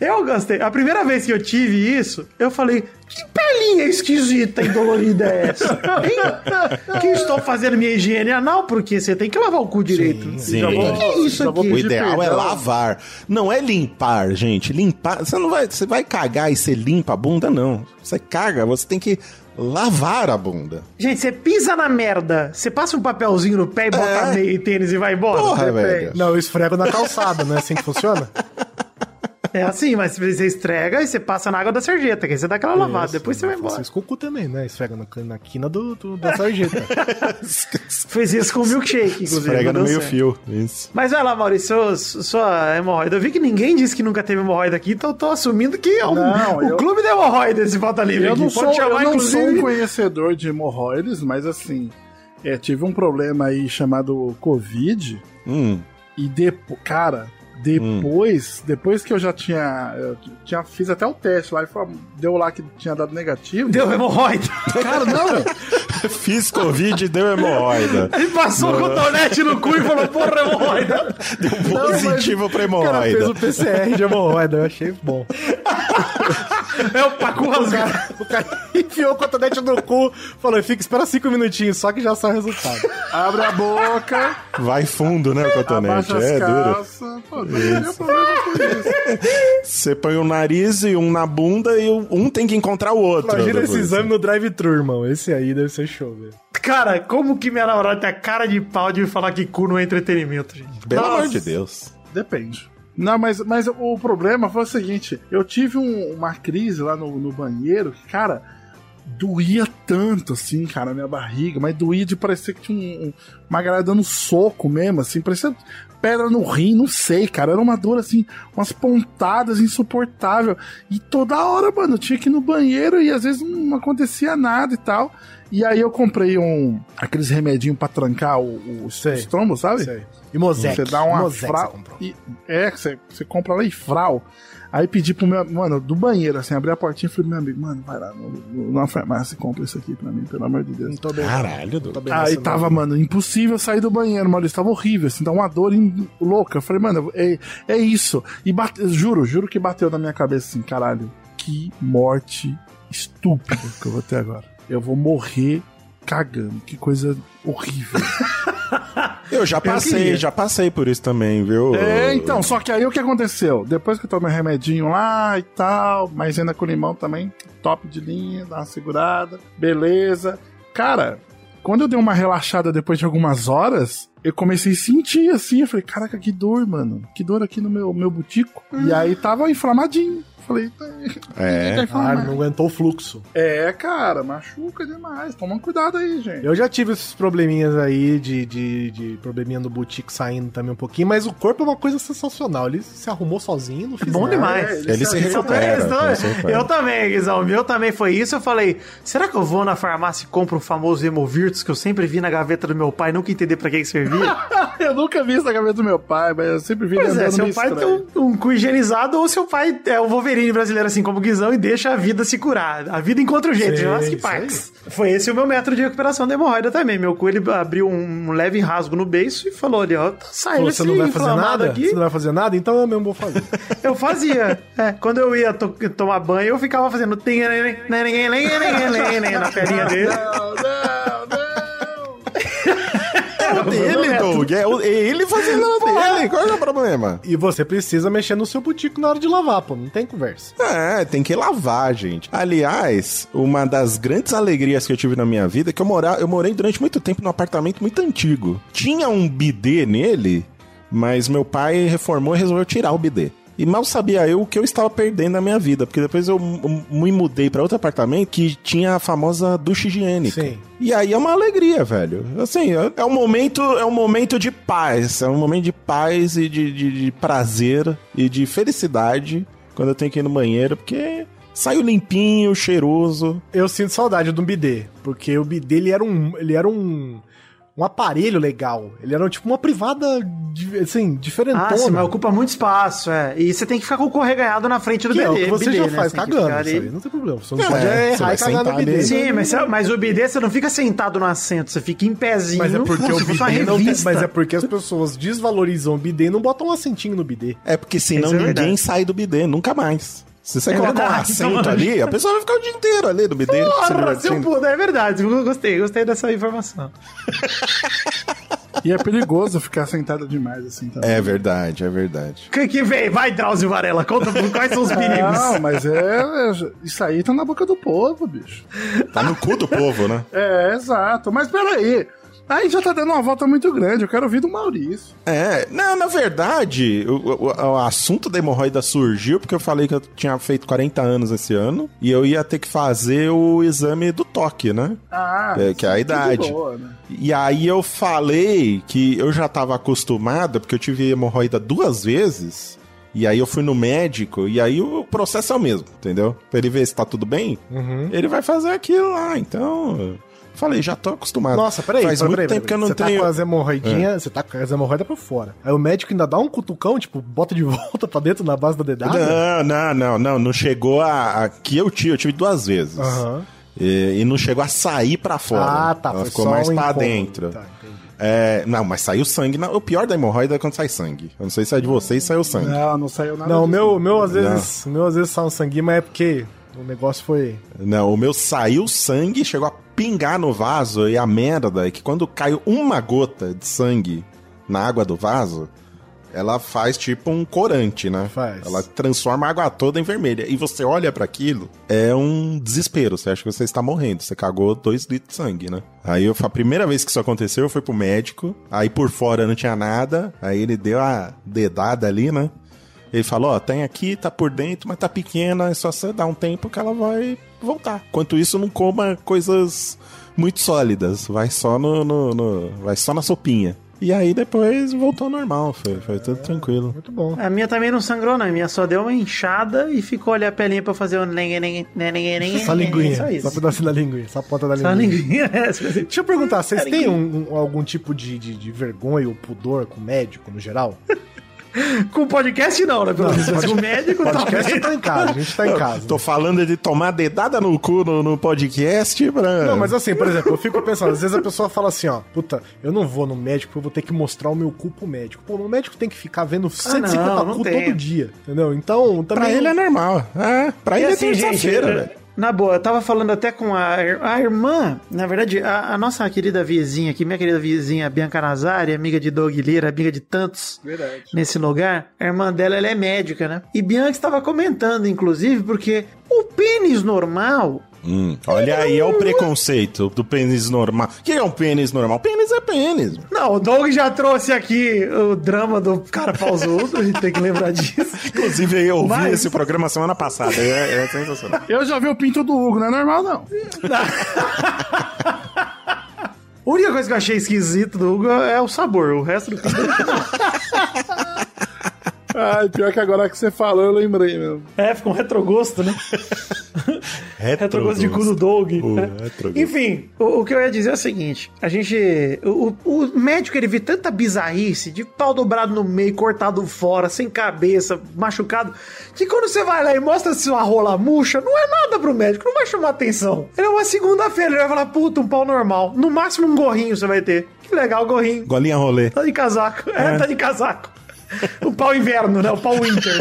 S4: Eu gostei. A primeira vez que eu tive isso, eu falei: que pelinha esquisita e dolorida é essa? hein? que estou fazendo minha higiene anal, porque você tem que lavar o cu direito.
S2: sim.
S4: Já vou, que é isso
S1: já vou
S4: aqui?
S2: O
S1: pedir
S2: ideal é
S1: perdão.
S2: lavar. Não é limpar, gente. Limpar. Você não vai. Você vai cagar e você limpa a bunda, não. Você caga, você tem que lavar a bunda.
S4: Gente, você pisa na merda, você passa um papelzinho no pé e bota
S2: É.
S4: meia e tênis e vai embora.
S2: Porra,
S4: Você tem-
S2: velho.
S3: Não, eu esfrego na calçada, não é assim que funciona?
S4: É assim, mas você estrega e você passa na água da sarjeta, que aí você dá aquela lavada,
S3: Isso,
S4: depois você
S3: eu
S4: vai
S3: faço
S4: embora.
S3: Isso com o cu também, né? Esfrega na, na quina do, do- da sarjeta.
S4: Fez isso com o milkshake, inclusive.
S2: Esfrega
S4: não
S2: no
S4: deu
S2: meio
S4: certo.
S2: fio. Isso.
S4: Mas vai lá, Maurício, sua, sua hemorroida. Eu vi que ninguém disse que nunca teve hemorroida aqui, então eu tô assumindo que é um,
S1: Não,
S4: o
S1: eu-
S4: clube da hemorroida esse falta livre.
S1: Eu
S4: aqui.
S1: não,
S4: Pode
S1: sou,
S4: chamar,
S1: eu não sou um
S4: inclusive-
S1: conhecedor de hemorroides, mas assim, é, tive um problema aí chamado Covid.
S2: Hum.
S1: E depois, cara, depois, depois que eu já tinha, eu tinha, fiz até o teste lá e foi- deu lá que tinha dado negativo.
S4: Deu hemorroida.
S1: Cara, não,
S2: Fiz Covid e deu hemorroida.
S4: Ele passou o cotonete no cu e falou, porra, hemorroida.
S2: Deu positivo pra
S3: O cara fez o
S2: hemorroida.
S3: PCR de hemorroida, eu achei bom.
S4: É o pacu rasgado.
S3: O cara enfiou o cotonete no cu, falou, fica, espera cinco minutinhos, só que já sai o resultado.
S1: abre a boca,
S2: Vai fundo, né, cotonete?
S1: abaixa as
S2: É duro.
S1: calças. Pô, não tem problema com isso.
S2: Você põe um nariz e um na bunda e um tem que encontrar o outro.
S3: Imagina esse
S2: Depois.
S3: exame no drive-thru, irmão. Esse aí deve ser show, velho.
S4: Cara, como que minha namorada tem a cara de pau de falar que cu não é entretenimento, gente?
S2: Pelo
S4: Nossa.
S2: amor de Deus.
S1: Depende. Não, mas, mas o problema foi o seguinte: eu tive um- uma crise lá no, no banheiro que, cara, doía tanto, assim, cara, a minha barriga, mas doía de parecer que tinha um- um- uma galera dando soco mesmo, assim, parecia pedra no rim, não sei, cara. Era uma dor, assim, umas pontadas insuportável. E toda hora, mano, eu tinha que ir no banheiro e às vezes não acontecia nada e tal. E aí eu comprei um. aqueles remedinho pra trancar o, o
S3: Sei.
S1: estômago, sabe?
S3: Isso aí. E Mosec.
S1: Você dá uma
S3: Mosec
S1: frau.
S3: você comprou.
S1: e- É, que você, você compra lá e frau. Aí pedi pro meu. Mano, do banheiro, assim, abri a portinha e falei, meu amigo, mano, vai lá no, no, na farmácia e compra isso aqui pra mim, pelo amor de Deus.
S3: Não tô bem.
S2: Caralho,
S3: não tô
S2: Douglas.
S3: bem
S1: Aí
S3: nessa, não.
S1: tava, mano, impossível sair do banheiro, Maurício. Tava horrível, assim, dá uma dor in- louca. Eu falei, mano, é, é isso. E bate, juro, juro que bateu na minha cabeça assim, caralho, que morte estúpida que eu vou ter agora. Eu vou morrer cagando, que coisa horrível.
S2: Eu já passei,
S1: queria.
S2: já passei por isso também, viu?
S1: É, então, só que aí o que aconteceu? Depois que eu tomei remedinho lá e tal, mas ainda com limão também, top de linha, dá uma segurada, beleza. Cara, quando eu dei uma relaxada depois de algumas horas, eu comecei a sentir assim, eu falei, caraca, que dor, mano, que dor aqui no meu, meu butico.
S4: Uhum.
S1: E aí tava inflamadinho. Falei, tá, tá
S2: É.
S3: Ah,
S1: inflamado.
S3: não aguentou o fluxo.
S1: É, cara, machuca demais. Toma um cuidado aí, gente.
S3: Eu já tive esses probleminhas aí de, de, de probleminha no boutique saindo também um pouquinho, mas o corpo é uma coisa sensacional. Ele se arrumou sozinho, não
S4: É
S3: fez
S4: Bom
S3: nada.
S4: demais.
S1: É,
S2: Ele se
S4: Então,
S2: recupera.
S4: é isso, então,
S2: ele se recupera.
S4: eu também, Guizão. O meu também foi isso. Eu falei, será que eu vou na farmácia e compro o famoso Hemovirtus que eu sempre vi na gaveta do meu pai, nunca entender pra que que servia?
S1: Eu nunca vi isso na cabeça do meu pai, mas eu sempre vi
S4: pois é,
S1: andando
S4: seu
S1: meio
S4: pai tem
S1: estranho.
S4: um, um cu higienizado ou seu pai é o Wolverine brasileiro assim como o Guizão e deixa a vida se curar. A vida encontra o jeito,
S3: Sim,
S4: Jurassic
S3: isso
S4: Parks. Foi esse o meu método de recuperação da hemorroida também. Meu cu, ele abriu um leve rasgo no beiço e falou ali, ó, tá saindo
S3: Falou, você não
S4: esse
S3: vai fazer
S4: inflamado
S3: nada?
S4: aqui.
S3: Você não vai fazer nada? Então eu mesmo vou fazer.
S4: Eu fazia. É, quando eu ia to- tomar banho, eu ficava fazendo... Na perninha dele.
S2: É o dele, Doug. É o- é ele fazendo a dele. Qual é o problema?
S3: e você precisa mexer no seu butico na hora de lavar, pô. Não tem conversa.
S2: É, tem que lavar, gente. Aliás, uma das grandes alegrias que eu tive na minha vida é que eu, mora, eu morei durante muito tempo num apartamento muito antigo. Tinha um bidê nele, mas meu pai reformou e resolveu tirar o bidê. E mal sabia eu o que eu estava perdendo na minha vida, porque depois eu m- m- me mudei para outro apartamento que tinha a famosa ducha higiênica.
S3: Sim.
S2: E aí é uma alegria, velho. Assim, é- é um momento, é um momento de paz, é um momento de paz e de, de- de prazer e de felicidade quando eu tenho que ir no banheiro, porque saiu limpinho, cheiroso.
S3: Eu sinto saudade do bidê, porque o bidê ele era um, ele era um, um aparelho legal. Ele era tipo uma privada, di- assim, diferentona.
S4: Ah, sim, mas ocupa muito espaço, é. E você tem que ficar com o correganhado na frente do
S3: que é, o
S4: BD.
S3: que você já faz
S4: Tem que
S3: cagando,
S4: ficar ali.
S3: sabe? Não tem problema. Você não,
S2: É,
S3: pode
S2: você
S3: errar
S2: vai
S3: e cagar no
S2: sentar
S3: bidê.
S2: ali.
S4: Sim, mas, você- mas o BD você não fica sentado no assento, você fica em pezinho.
S3: Mas é porque
S4: como
S3: o
S4: se fosse uma
S3: bidê não tem,
S4: revista.
S3: mas é porque as pessoas desvalorizam o bidê e não botam um assentinho no bidê.
S2: É porque senão
S4: Isso é
S2: ninguém
S4: verdade.
S2: sai do bidê, nunca mais. Se você
S4: É
S2: colocar um
S4: verdade,
S2: assento
S4: mano.
S2: ali, a pessoa vai ficar o dia inteiro ali no bidê. se
S4: Porra,
S2: divertindo.
S4: seu puto, é verdade. Eu gostei, gostei dessa informação.
S1: E é perigoso ficar sentado demais assim também.
S2: É verdade, é verdade.
S4: Que, que vem, vai, Drauzio Varela, conta quais são os
S1: Não,
S4: perigos.
S1: mas é. Isso aí tá na boca do povo, bicho.
S2: Tá no cu do povo, né?
S1: É, exato. Mas peraí. Aí já tá dando uma volta muito grande. Eu quero ouvir do Maurício.
S2: É, não, na verdade, o, o- o assunto da hemorroida surgiu porque eu falei que eu tinha feito 40 anos esse ano e eu ia ter que fazer o exame do toque, né?
S1: Ah,
S2: É, que é a
S1: tudo
S2: idade.
S1: boa, né?
S2: E aí eu falei que eu já tava acostumado, porque eu tive hemorroida duas vezes. E aí eu fui no médico, e aí o processo é o mesmo, entendeu? Pra ele ver se tá tudo bem,
S3: Uhum.
S2: ele vai fazer aquilo lá. Então, eu falei, já tô acostumado.
S3: Nossa, peraí,
S2: Faz
S3: peraí,
S2: muito
S3: peraí,
S2: tempo que eu não
S3: você
S2: tenho...
S3: Tá com as hemorroidinhas, Você tá com as hemorroidas pra fora. Aí o médico ainda dá um cutucão, tipo, bota de volta pra dentro na base da dedada.
S2: Não, não, não, não, não chegou a, a que eu tive, eu tive duas vezes.
S3: Aham.
S2: E, e não chegou a sair pra fora.
S3: Ah, tá.
S2: Ela
S3: foi
S2: ficou
S3: só
S2: mais
S3: um
S2: pra
S3: incômodo.
S2: dentro.
S3: Tá, entendi.
S2: É, não, mas saiu sangue. Não, o pior da hemorroida é quando sai sangue. Eu não sei se é de vocês, saiu sangue.
S1: Não, não saiu nada.
S3: Não, o
S1: disso.
S3: meu, o meu às vezes, o meu às vezes sai um sanguinho, mas é porque o negócio foi.
S2: Não, o meu saiu sangue, chegou a pingar no vaso e a merda é que quando cai uma gota de sangue na água do vaso, ela faz tipo um corante, né?
S3: Faz.
S2: Ela transforma a água toda em vermelha. E você olha pra aquilo, é um desespero. Você acha que você está morrendo. Você cagou dois litros de sangue, né? Aí eu, a primeira vez que isso aconteceu, eu fui pro médico. Aí por fora não tinha nada. Aí ele deu a dedada ali, né? Ele falou, ó, tem aqui, tá por dentro, mas tá pequena, é só você dar um tempo que ela vai voltar. Enquanto isso, não coma coisas muito sólidas, vai só no, no- no- vai só na sopinha. E aí depois voltou ao normal, foi, foi tudo tranquilo.
S3: Muito bom.
S4: A minha também não sangrou, não. A minha só deu uma inchada e ficou ali a pelinha pra fazer um...
S3: Só
S4: Só Só
S3: linguinha. Só,
S4: É, isso.
S3: pedacinho da linguinha. Só a ponta da
S4: Só
S3: linguinha.
S4: a linguinha. é,
S3: Deixa eu perguntar, vocês têm um- um- algum tipo de, de, de vergonha ou pudor com o médico no geral?
S4: Com podcast não, né? Pelo menos com o médico talvez.
S3: Podcast tá em casa, a gente tá em casa.
S2: Tô falando de tomar dedada no cu no, no podcast, pra...
S3: Não, mas assim, por exemplo, eu fico pensando, às vezes a pessoa fala assim, ó, puta, eu não vou no médico, porque eu vou ter que mostrar o meu cu pro médico. Pô, o médico tem que ficar vendo 150
S4: não, não
S3: cu
S4: tem.
S3: todo dia, entendeu? Então, também...
S2: Pra ele é normal. É, pra
S4: E
S2: ele é
S4: assim,
S2: terça-feira,
S4: gente,
S2: velho.
S4: Na boa, eu tava falando até com a, ir- a irmã, na verdade, a, a nossa querida vizinha aqui, minha querida vizinha Bianca Nazari, amiga de Doug Lira, amiga de tantos nesse lugar, a irmã dela, ela é médica, né? E Bianca estava comentando, inclusive, porque o pênis normal,
S2: Hum, olha aí, é o preconceito do pênis normal. O que é um pênis normal? Pênis é pênis. mano.
S4: não, o Doug já trouxe aqui o drama do cara pausudo, a gente tem que lembrar disso.
S2: Inclusive, eu ouvi
S4: Mas-
S2: esse programa semana passada. É, é sensacional.
S1: Eu já vi o pinto do Hugo, não é normal, não.
S4: A única coisa que eu achei esquisito do Hugo é o sabor, o resto do
S1: Ai, pior que agora que você falou, eu lembrei mesmo.
S4: É, fica um retrogosto, né? Retrogosto de cu do Doug.
S2: O
S4: né?
S2: retrogosto.
S4: Enfim, o, o que eu ia dizer é o seguinte: a gente. O, o- o médico ele vê tanta bizarrice de pau dobrado no meio, cortado fora, sem cabeça, machucado, que quando você vai lá e mostra sua rola murcha, não é nada pro médico, não vai chamar atenção. Ele é uma segunda-feira, ele vai falar, puta, um pau normal. No máximo um gorrinho você vai ter. Que legal, gorrinho.
S2: Golinha rolê.
S4: Tá de casaco. É, tá de casaco. O pau inverno, né? O pau winter.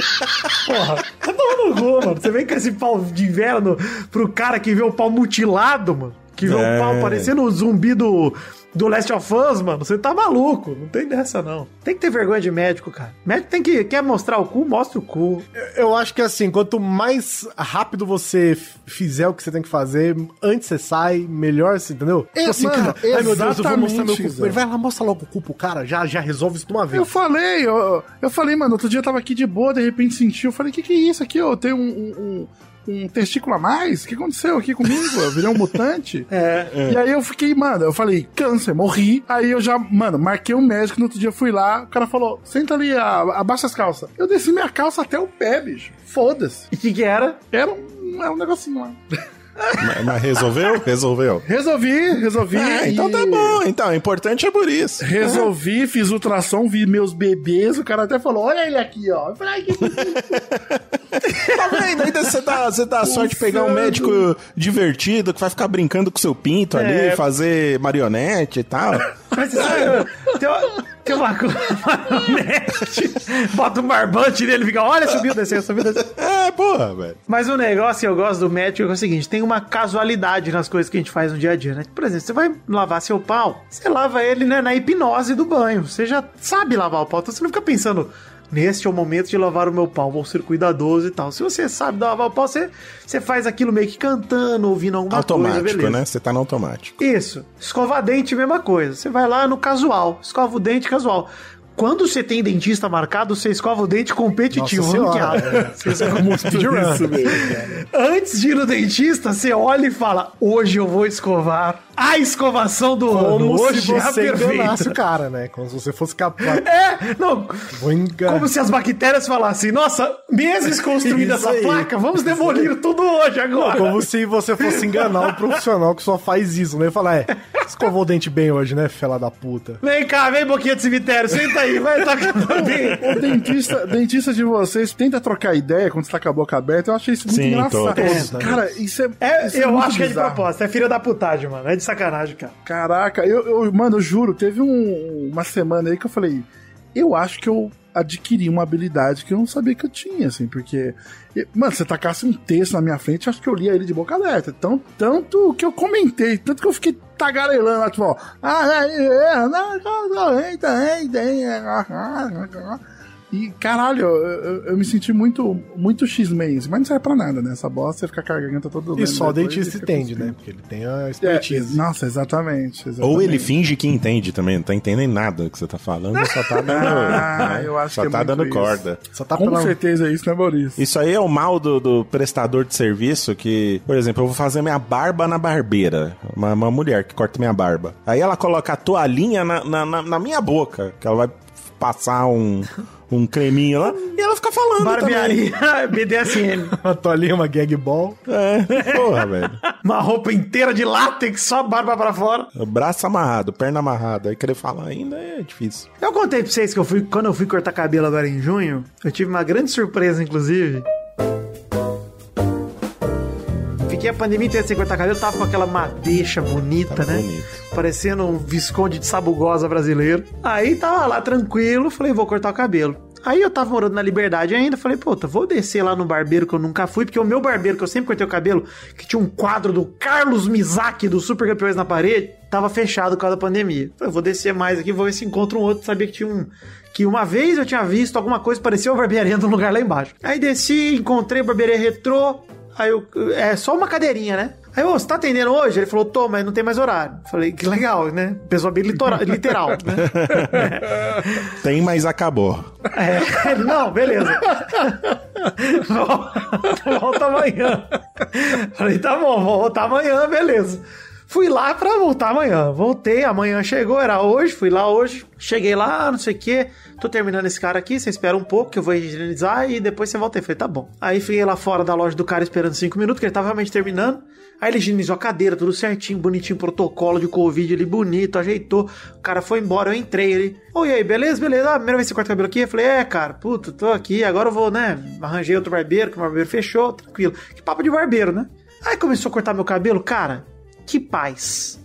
S4: Porra, tá tomando gol, mano. Você vem com esse pau de inverno pro cara que vê o pau mutilado, mano. Que vê
S2: É.
S4: o pau parecendo o zumbi do, do Last of Us, mano. Você tá maluco. Não tem dessa, não. Tem que ter vergonha de médico, cara. Médico tem que. Quer mostrar o cu? Mostra o cu.
S3: Eu acho que assim, quanto mais rápido você f- fizer o que você tem que fazer, antes você sai, melhor, assim, entendeu?
S1: É, mano,
S3: cu.
S1: exatamente, Zé.
S3: Ele vai lá, mostra logo o cu pro cara, já, já resolve isso de uma vez.
S1: Eu falei, eu, eu falei, mano, outro dia eu tava aqui de boa, de repente senti, eu falei, que que é isso aqui, ó? Tem um, um, um- um testículo a mais? O que aconteceu aqui comigo? Eu virei um mutante?
S4: É.
S1: E aí eu fiquei, mano, eu falei, câncer, morri. Aí eu já, mano, marquei um médico, no outro dia eu fui lá, o cara falou, senta ali, a- abaixa as calças. Eu desci minha calça até o pé, bicho. Foda-se.
S4: E o que que era?
S1: Era um, era um negocinho lá.
S2: Mas, mas resolveu? Resolveu.
S1: Resolvi, resolvi.
S2: Ah, então tá
S1: e-
S2: bom. Então, o importante é por isso.
S1: Resolvi, fiz ultrassom, vi meus bebês, o cara até falou, olha ele aqui, ó. Eu falei, ai, que
S2: Tá vendo? Ainda você dá, você dá a sorte de pegar um médico divertido que vai ficar brincando com seu pinto
S1: É.
S2: ali, fazer marionete e tal.
S4: Mas você sabe, tem uma- tem uma coisa. Maronete, Bota um barbante nele e fica, olha, subiu, desceu, subiu, desceu.
S2: É, porra, velho.
S4: Mas o negócio que eu gosto do médico é o seguinte: tem uma casualidade nas coisas que a gente faz no dia a dia, né? Por exemplo, você vai lavar seu pau, você lava ele né, na hipnose do banho. Você já sabe lavar o pau, então você não fica pensando. Neste é o momento de lavar o meu pau, vou ser cuidadoso e tal. Se você sabe lavar o pau, você, você faz aquilo meio que cantando, ouvindo alguma coisa,
S2: automático,
S4: beleza.
S2: né? Você tá no automático.
S4: Isso. Escovar dente, mesma coisa. Você vai lá no casual, escova o dente casual. Quando você tem dentista marcado, você escova o dente competitivo.
S3: Nossa
S4: não que
S3: Senhora, né?
S4: abre. Você escova um speedrun. Antes de ir no dentista, você olha e fala: Hoje eu vou escovar. A escovação do ano.
S3: Como
S4: Hoje
S3: se
S4: é a
S3: você enganasse
S4: perfeita.
S3: o cara, né? Como se você fosse capaz.
S4: É, não.
S3: Vou enganar.
S4: Como se as bactérias falassem: Nossa, meses construindo
S3: Isso
S4: essa
S3: aí.
S4: placa, vamos demolir tudo hoje agora.
S3: Como se você fosse enganar um profissional que só faz isso, né? E falar, é, escovou o dente bem hoje, né, fela da puta?
S4: Vem cá, vem boquinha de cemitério, senta aí, vai tocar o dente.
S1: O dentista, dentista de vocês tenta trocar ideia quando você tá com a boca aberta. Eu achei isso muito
S2: Sim,
S1: engraçado.
S2: todos.
S1: É, cara, isso é.
S4: É,
S1: isso
S4: eu
S1: muito
S4: acho que é de
S1: bizarro.
S4: propósito. É filha da putagem, mano. É de sacanagem, cara.
S1: Caraca, eu, eu- mano, eu juro, teve um- uma semana aí que eu falei. Eu acho que eu adquiri uma habilidade que eu não sabia que eu tinha, assim, porque. e, Mano, você tacasse um texto na minha frente, eu acho que eu lia ele de boca aberta. Tão, tanto que eu comentei, tanto que eu fiquei tagarelando lá, tipo, ó. "Ah, é, é, é, não, não, não, eita, eita, é, ah, ah, ah, ah." E caralho, eu, eu- eu me senti muito, muito X-Men, mas não serve pra nada, né? Essa bosta você fica com a garganta toda
S3: E
S1: doendo
S3: só o
S1: depois,
S3: dentista
S1: fica
S3: entende,
S1: cuspindo.
S3: né? Porque ele tem a
S1: É,
S3: expertise.
S1: nossa, exatamente, exatamente.
S2: Ou ele finge que entende também, não tá entendendo nada que você tá falando, só tá dando.
S1: Ah,
S2: né?
S1: eu acho
S2: só
S1: que é
S2: tá
S1: muito
S2: dando
S1: isso.
S2: corda.
S3: Só tá
S1: Com
S2: um-
S3: pela-
S1: certeza é isso, né, Maurício?
S2: Isso aí é o mal do, do prestador de serviço que, por exemplo, eu vou fazer minha barba na barbeira. Uma, uma mulher que corta minha barba. Aí ela coloca a toalhinha na, na, na- na minha boca, que ela vai passar um, um creminho lá e ela fica falando.
S4: Barbearia, BDSM.
S3: Uma toalhinha, uma gag ball.
S2: Também. É, porra, velho.
S4: Uma roupa inteira de látex, só a barba pra fora.
S2: Braço amarrado, perna amarrada. Aí querer falar ainda é difícil.
S4: Eu contei pra vocês que eu fui, quando eu fui cortar cabelo agora em junho, eu tive uma grande surpresa, inclusive. Fiquei a pandemia inteira sem cortar cabelo, tava com aquela madeixa bonita,
S1: Tá
S2: Tava
S4: né?
S2: Tá bonito.
S4: Parecendo um visconde de sabugosa brasileiro. Aí tava lá tranquilo, falei, vou cortar o cabelo. Aí eu tava morando na Liberdade ainda, falei, puta, vou descer lá no barbeiro que eu nunca fui, porque o meu barbeiro, que eu sempre cortei o cabelo, que tinha um quadro do Carlos Mizaki do Super Campeões na parede, tava fechado por causa da pandemia. Falei, vou descer mais aqui, vou ver se encontro um outro, sabia que tinha um... Que uma vez eu tinha visto alguma coisa parecia uma barbearia num lugar lá embaixo. Aí desci, encontrei a barbearia retrô, Aí eu, é só uma cadeirinha, né? Aí, ô, você tá atendendo hoje? Ele falou, tô, mas não tem mais horário. Falei, que legal, né? Pessoa bem litora- literal, né?
S2: Tem, mas acabou.
S4: É, ele, não, beleza. Volta amanhã. Falei, tá bom, vou voltar amanhã, beleza. Fui lá pra voltar amanhã. Voltei, amanhã chegou, era hoje, fui lá hoje, cheguei lá, não sei o que, tô terminando esse cara aqui, você espera um pouco que eu vou higienizar e depois você volta. Eu falei, tá bom. Aí fiquei lá fora da loja do cara esperando cinco minutos, que ele tava realmente terminando. Aí ele higienizou a cadeira, tudo certinho, bonitinho, protocolo de Covid ali, bonito, ajeitou. O cara foi embora, eu entrei ele. Ô, e aí, beleza, beleza? Ah, primeira vez que você corta o cabelo aqui? Eu falei, é, cara, puta, tô aqui, agora eu vou, né? Arranjei outro barbeiro, que o barbeiro fechou, tranquilo. Que papo de barbeiro, né? Aí começou a cortar meu cabelo, cara, que paz.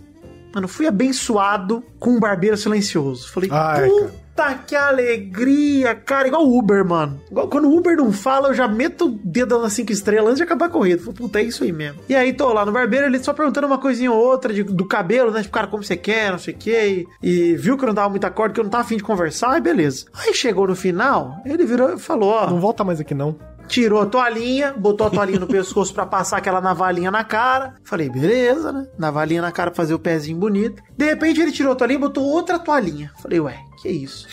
S4: Mano, fui abençoado com um barbeiro silencioso. Falei,
S3: Ai,
S4: puta que alegria, cara. Igual o Uber, mano. Igual- quando o Uber não fala, eu já meto o dedo nas cinco estrelas antes de acabar a corrida. Falei, puta, é isso aí mesmo. E aí tô lá no barbeiro, ele só perguntando uma coisinha ou outra de- do cabelo, né? Tipo, cara, como você quer, não sei o quê. E, e viu que eu não dava muita corda, que eu não tava afim de conversar, e beleza. Aí chegou no final, ele virou e falou,
S1: Ah.
S4: ó...
S3: Não volta mais aqui, não.
S4: Tirou a toalhinha, botou a toalhinha no pescoço pra passar aquela navalhinha na cara. Falei, beleza, né? Navalhinha na cara pra fazer o pezinho bonito. De repente ele tirou a toalhinha e botou outra toalhinha. Falei, ué, que isso?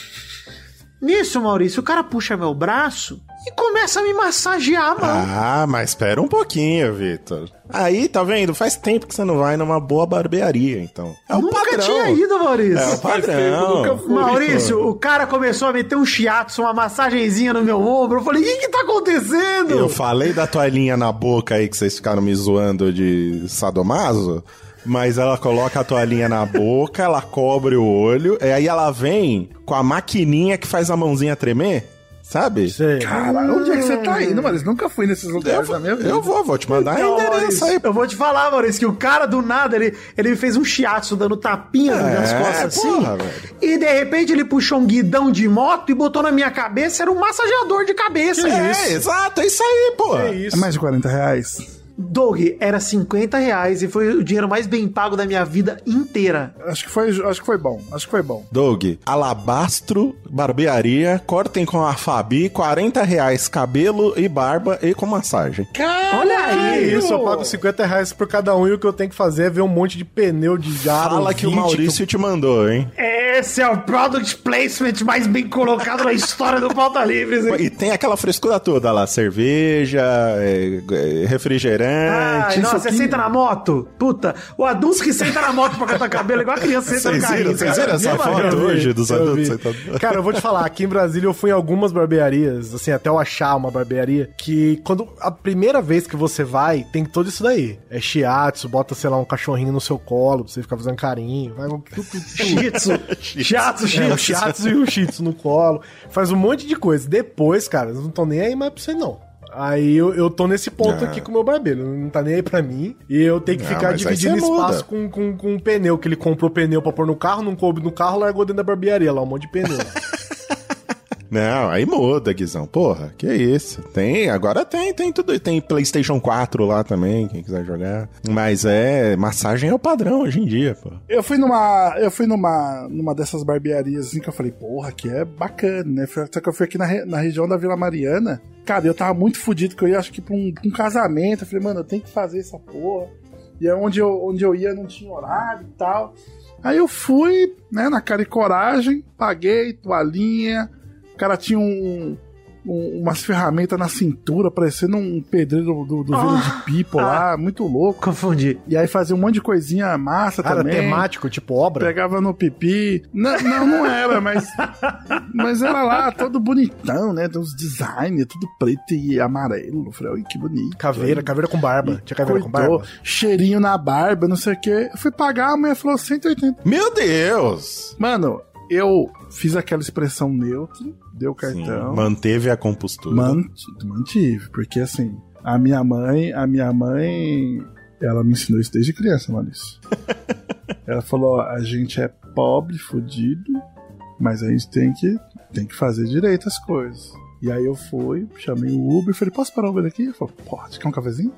S4: Nisso, Maurício, o cara puxa meu braço e começa a me massagear a mão.
S2: Ah, mas espera um pouquinho, Vitor. Aí, tá vendo? Faz tempo que você não vai numa boa barbearia, então. É o
S4: Nunca
S2: padrão.
S4: tinha ido, Maurício.
S2: É o padrão. Nunca fui,
S4: Maurício, o cara começou a meter um chiatsu, uma massagenzinha no meu ombro. Eu falei, o que que tá acontecendo?
S2: Eu falei da toalhinha na boca aí que vocês ficaram me zoando de sadomaso, mas ela coloca a toalhinha na boca, ela cobre o olho, e aí ela vem com a maquininha que faz a mãozinha tremer, sabe?
S1: Caralho, onde é que você tá indo, mano? Eu nunca fui nesses lugares na minha vida.
S2: Eu vou, vou te mandar
S4: Não,
S2: ainda.
S4: Maurício, Eu vou te falar, Maurício, que o cara do nada, ele, ele fez um chiatsu dando tapinha nas costas assim.
S2: É, porra, velho.
S4: E de repente ele puxou um guidão de moto e botou na minha cabeça, era um massageador de cabeça.
S2: É, exato, é isso aí, pô.
S1: É mais de 40 reais?
S4: Doug, era 50 reais e foi o dinheiro mais bem pago da minha vida inteira.
S1: Acho que foi, acho que foi bom, acho que foi bom.
S2: Doug, Alabastro, barbearia, cortem com a Fabi, 40 reais cabelo e barba e com massagem. Ah.
S4: Olha aí!
S3: É Isso, eu pago 50 reais por cada um e o que eu tenho que fazer é ver um monte de pneu de aro.
S2: Fala que o
S3: 20
S2: Maurício te mandou, hein?
S4: Esse é o product placement mais bem colocado na história do Pauta Livre. Zé.
S2: E tem aquela frescura toda lá, cerveja, é, é, refrigerante.
S4: Ai, nossa, você senta na moto? Puta, o adulto que senta na moto pra cortar cabelo é igual a criança senta no
S2: Vocês
S4: carrinho.
S2: viram, vocês
S4: cara.
S2: viram essa
S4: Meu
S2: foto
S4: marido.
S2: hoje dos
S3: Eu vi.
S2: adultos sentados?
S3: Cara, eu vou te falar, aqui em Brasília eu fui em algumas barbearias, assim, até eu achar uma barbearia, que quando a primeira vez que você vai, tem todo isso daí. É shiatsu, bota, sei lá, um cachorrinho no seu colo pra você ficar fazendo carinho. Vai, um- tu- tu- tu-
S4: Shitsu. Shitsu,
S3: É, o
S4: shitsu.
S3: shiatsu e o shih tzu no colo. Faz um monte de coisa. Depois, cara, eles não estão nem aí mais pra você, não. Aí eu, eu tô nesse ponto
S2: Ah.
S3: aqui com o meu barbeiro. Não tá nem aí pra mim. E eu tenho que
S2: Ah,
S3: ficar
S2: mas aí
S3: dividindo
S2: você muda.
S3: espaço com, com, com um pneu. Que ele comprou pneu pra pôr no carro, não coube no carro, largou dentro da barbearia lá, um monte de pneu.
S2: Não, aí muda, Guizão. Porra, que é isso. Tem, agora tem, tem tudo. Tem PlayStation 4 lá também, quem quiser jogar. Mas é, massagem é o padrão hoje em dia, pô.
S1: Eu fui numa, eu fui numa, numa dessas barbearias assim que eu falei, porra, que é bacana, né? Foi- Só que eu fui aqui na, re- na região da Vila Mariana. Cara, eu tava muito fudido que eu ia, acho que pra um, pra um casamento. Eu falei, mano, eu tenho que fazer essa porra. E aí onde eu, onde eu ia não tinha horário e tal. Aí eu fui, né, na cara e coragem, paguei toalhinha. O cara tinha um, um- umas ferramentas na cintura, parecendo um pedreiro do, do Vila de Pipo lá, muito louco.
S4: Confundi.
S1: E aí fazia um monte de coisinha massa
S3: Cara,
S1: também.
S3: temático, tipo obra.
S1: Pegava no pipi. Não, não, não era, mas. Mas era lá, todo bonitão, né? Tem uns design, tudo preto e amarelo. Eu Falei, "Ui, que bonito.
S3: Caveira, caveira com barba. Tinha caveira com
S1: Coitou,
S3: barba.
S1: cheirinho na barba, não sei o quê. Eu fui pagar, a mulher falou 180.
S2: Meu Deus!
S1: Mano, eu fiz aquela expressão neutra, deu o
S2: Sim,
S1: cartão.
S2: manteve a compostura.
S1: Man- mantive, porque assim, a minha mãe, a minha mãe, ela me ensinou isso desde criança, Maurício. ela falou, ó, a gente é pobre, fudido, mas a gente tem que, tem que fazer direito as coisas. E aí eu fui, chamei o Uber, falei, posso parar o Uber aqui? Ele falou, pode, quer um cafezinho?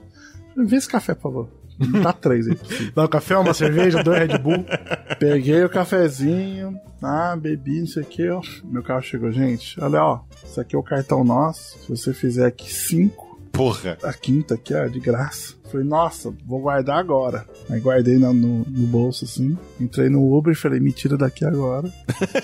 S1: Eu falei, Vê esse café, por favor. Me Dá três aí.
S3: Dá um café, uma cerveja, dois Red Bull.
S1: Peguei o cafezinho, ah, bebi, não sei o que, ó. Meu carro chegou, gente. Olha, ó, isso aqui é o cartão nosso. Se você fizer aqui cinco,
S2: Porra.
S1: a quinta aqui, ó, de graça. Falei, nossa, vou guardar agora. Aí guardei na- no, no bolso, assim. Entrei no Uber e falei, me tira daqui agora.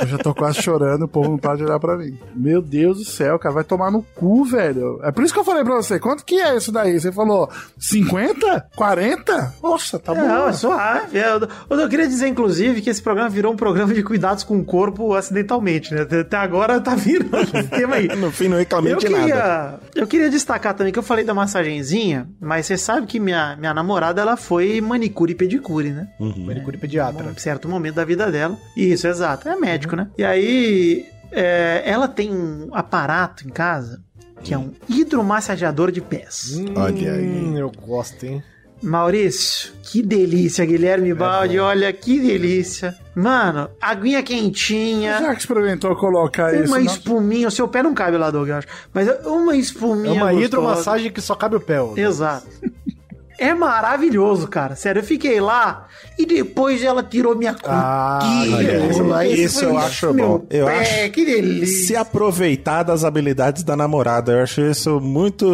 S1: Eu já tô quase chorando, o povo não para de olhar pra mim. Meu Deus do céu, cara, vai tomar no cu, velho. É por isso que eu falei pra você, quanto que é isso daí? Você falou 50? 40? Nossa, tá bom.
S4: Não, é suave. Eu, eu, eu queria dizer, inclusive, que esse programa virou um programa de cuidados com o corpo acidentalmente, né? Até agora tá virando esse tema aí.
S2: No fim, não reclamei
S4: eu
S2: de
S4: queria,
S2: nada.
S4: Eu queria destacar também que eu falei da massagenzinha, mas você sabe que minha, minha namorada, ela foi manicure e pedicure, né?
S3: Manicure pediatra.
S4: Num certo momento da vida dela. Isso, exato. É médico,
S2: Uhum.
S4: né? E aí, é, ela tem um aparato em casa que é um hidromassageador de pés.
S2: Olha aí.
S3: Hum, eu gosto, hein?
S4: Maurício, que delícia,
S3: É
S4: Guilherme Baldi, olha que delícia. Mano, aguinha quentinha,
S1: Já que experimentou colocar isso.
S4: uma
S1: na-
S4: espuminha, o seu pé não cabe lá, Doug, eu acho, mas uma
S3: É
S4: espuminha
S3: uma
S4: gostosa.
S3: hidromassagem que só cabe o pé. ó.
S4: Exato. É maravilhoso, cara. Sério, eu fiquei lá e depois ela tirou minha
S3: Ah,
S4: cuquinha.
S2: olha aí.
S4: Moleque,
S2: Isso eu
S4: foi
S2: acho
S4: meu
S2: bom. Eu
S4: pé,
S2: acho-
S4: Que delícia.
S2: Se aproveitar das habilidades da namorada, eu acho isso muito.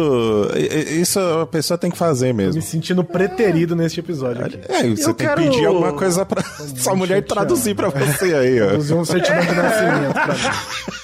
S2: i- i- Isso a pessoa tem que fazer
S3: Tô me
S2: mesmo.
S3: sentindo preterido neste episódio aqui.
S2: É, você
S4: Eu
S2: tem
S4: quero-
S2: que pedir alguma coisa pra sua mulher
S3: chateado.
S2: traduzir pra você aí, ó.
S3: Produzir um certidão de nascimento pra mim.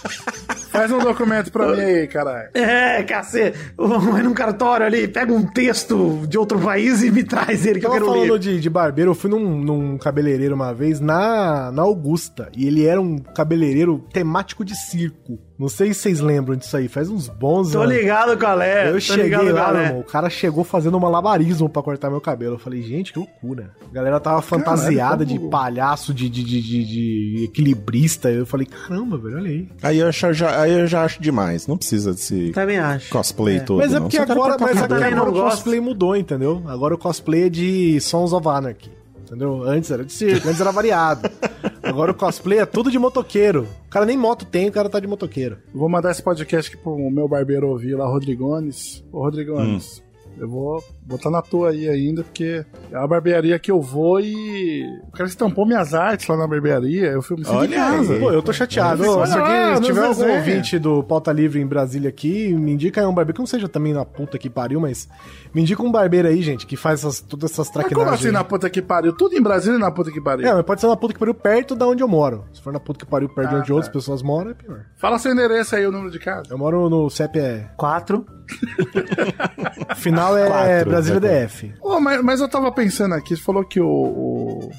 S1: Faz um documento pra mim aí, caralho.
S4: É, cacete. Vai num cartório ali, pega um texto de outro país e me traz ele que eu
S3: Tava
S4: quero ler.
S3: falando de, de barbeiro, eu fui num, num cabeleireiro uma vez na, na Augusta. E ele era um cabeleireiro temático de circo. Não sei se vocês lembram disso aí, faz uns bons
S4: Tô
S3: anos.
S4: ligado, é. galera.
S3: eu
S4: Tô
S3: cheguei
S4: ligado, né?
S3: lá, meu
S4: galera.
S3: irmão, o cara chegou fazendo um malabarismo pra cortar meu cabelo. Eu falei, gente, que loucura. A galera tava
S4: tá
S3: fantasiada de palhaço, de, de, de, de- de equilibrista. Eu falei, caramba, velho, olha aí.
S2: Aí eu, acho- já, aí eu já acho demais. Não precisa desse
S4: Também acho.
S2: cosplay todo.
S3: mas é
S2: não.
S3: porque
S2: Só quero
S3: agora,
S2: cortar
S3: mas
S2: cabelo.
S3: agora
S4: também não
S3: o
S4: gosto.
S3: cosplay mudou, entendeu? Agora o cosplay é de Sons of Anarchy. Entendeu? Antes era de circo, antes era variado. Agora o cosplay é tudo de motoqueiro. O cara nem moto tem, o cara tá de motoqueiro.
S1: Vou mandar esse podcast aqui pro meu barbeiro ouvir lá, Rodrigones. Ô, Rodrigones,
S3: Hum.
S1: eu vou botar na tua aí ainda, porque é a barbearia que eu vou e. O cara estampou minhas artes lá na barbearia, eu fui me senti em
S2: Olha
S1: casa.
S2: aí.
S3: Pô, eu tô chateado. Ô,
S1: Olha
S3: se,
S1: lá,
S3: alguém- se
S1: nos
S3: tiver algum
S1: desenha.
S3: ouvinte do Pauta Livre em Brasília aqui, me indica aí um barbeiro, que não seja também na puta que pariu, mas me indica um barbeiro aí, gente, que faz essas, todas essas
S1: Mas como
S3: traquinagens.
S1: assim na puta que pariu? Tudo em Brasília e na puta que pariu.
S3: É, mas pode ser na puta que pariu perto da onde eu moro. Se for na puta que pariu perto de onde outras pessoas moram, é pior.
S1: Fala seu endereço aí, o número de casa.
S3: Eu moro no CEP é
S4: Quatro.
S3: Final é
S2: Quatro,
S3: Brasília
S2: vai
S3: DF.
S1: Ô, mas, mas eu tava pensando aqui, você falou que o, o-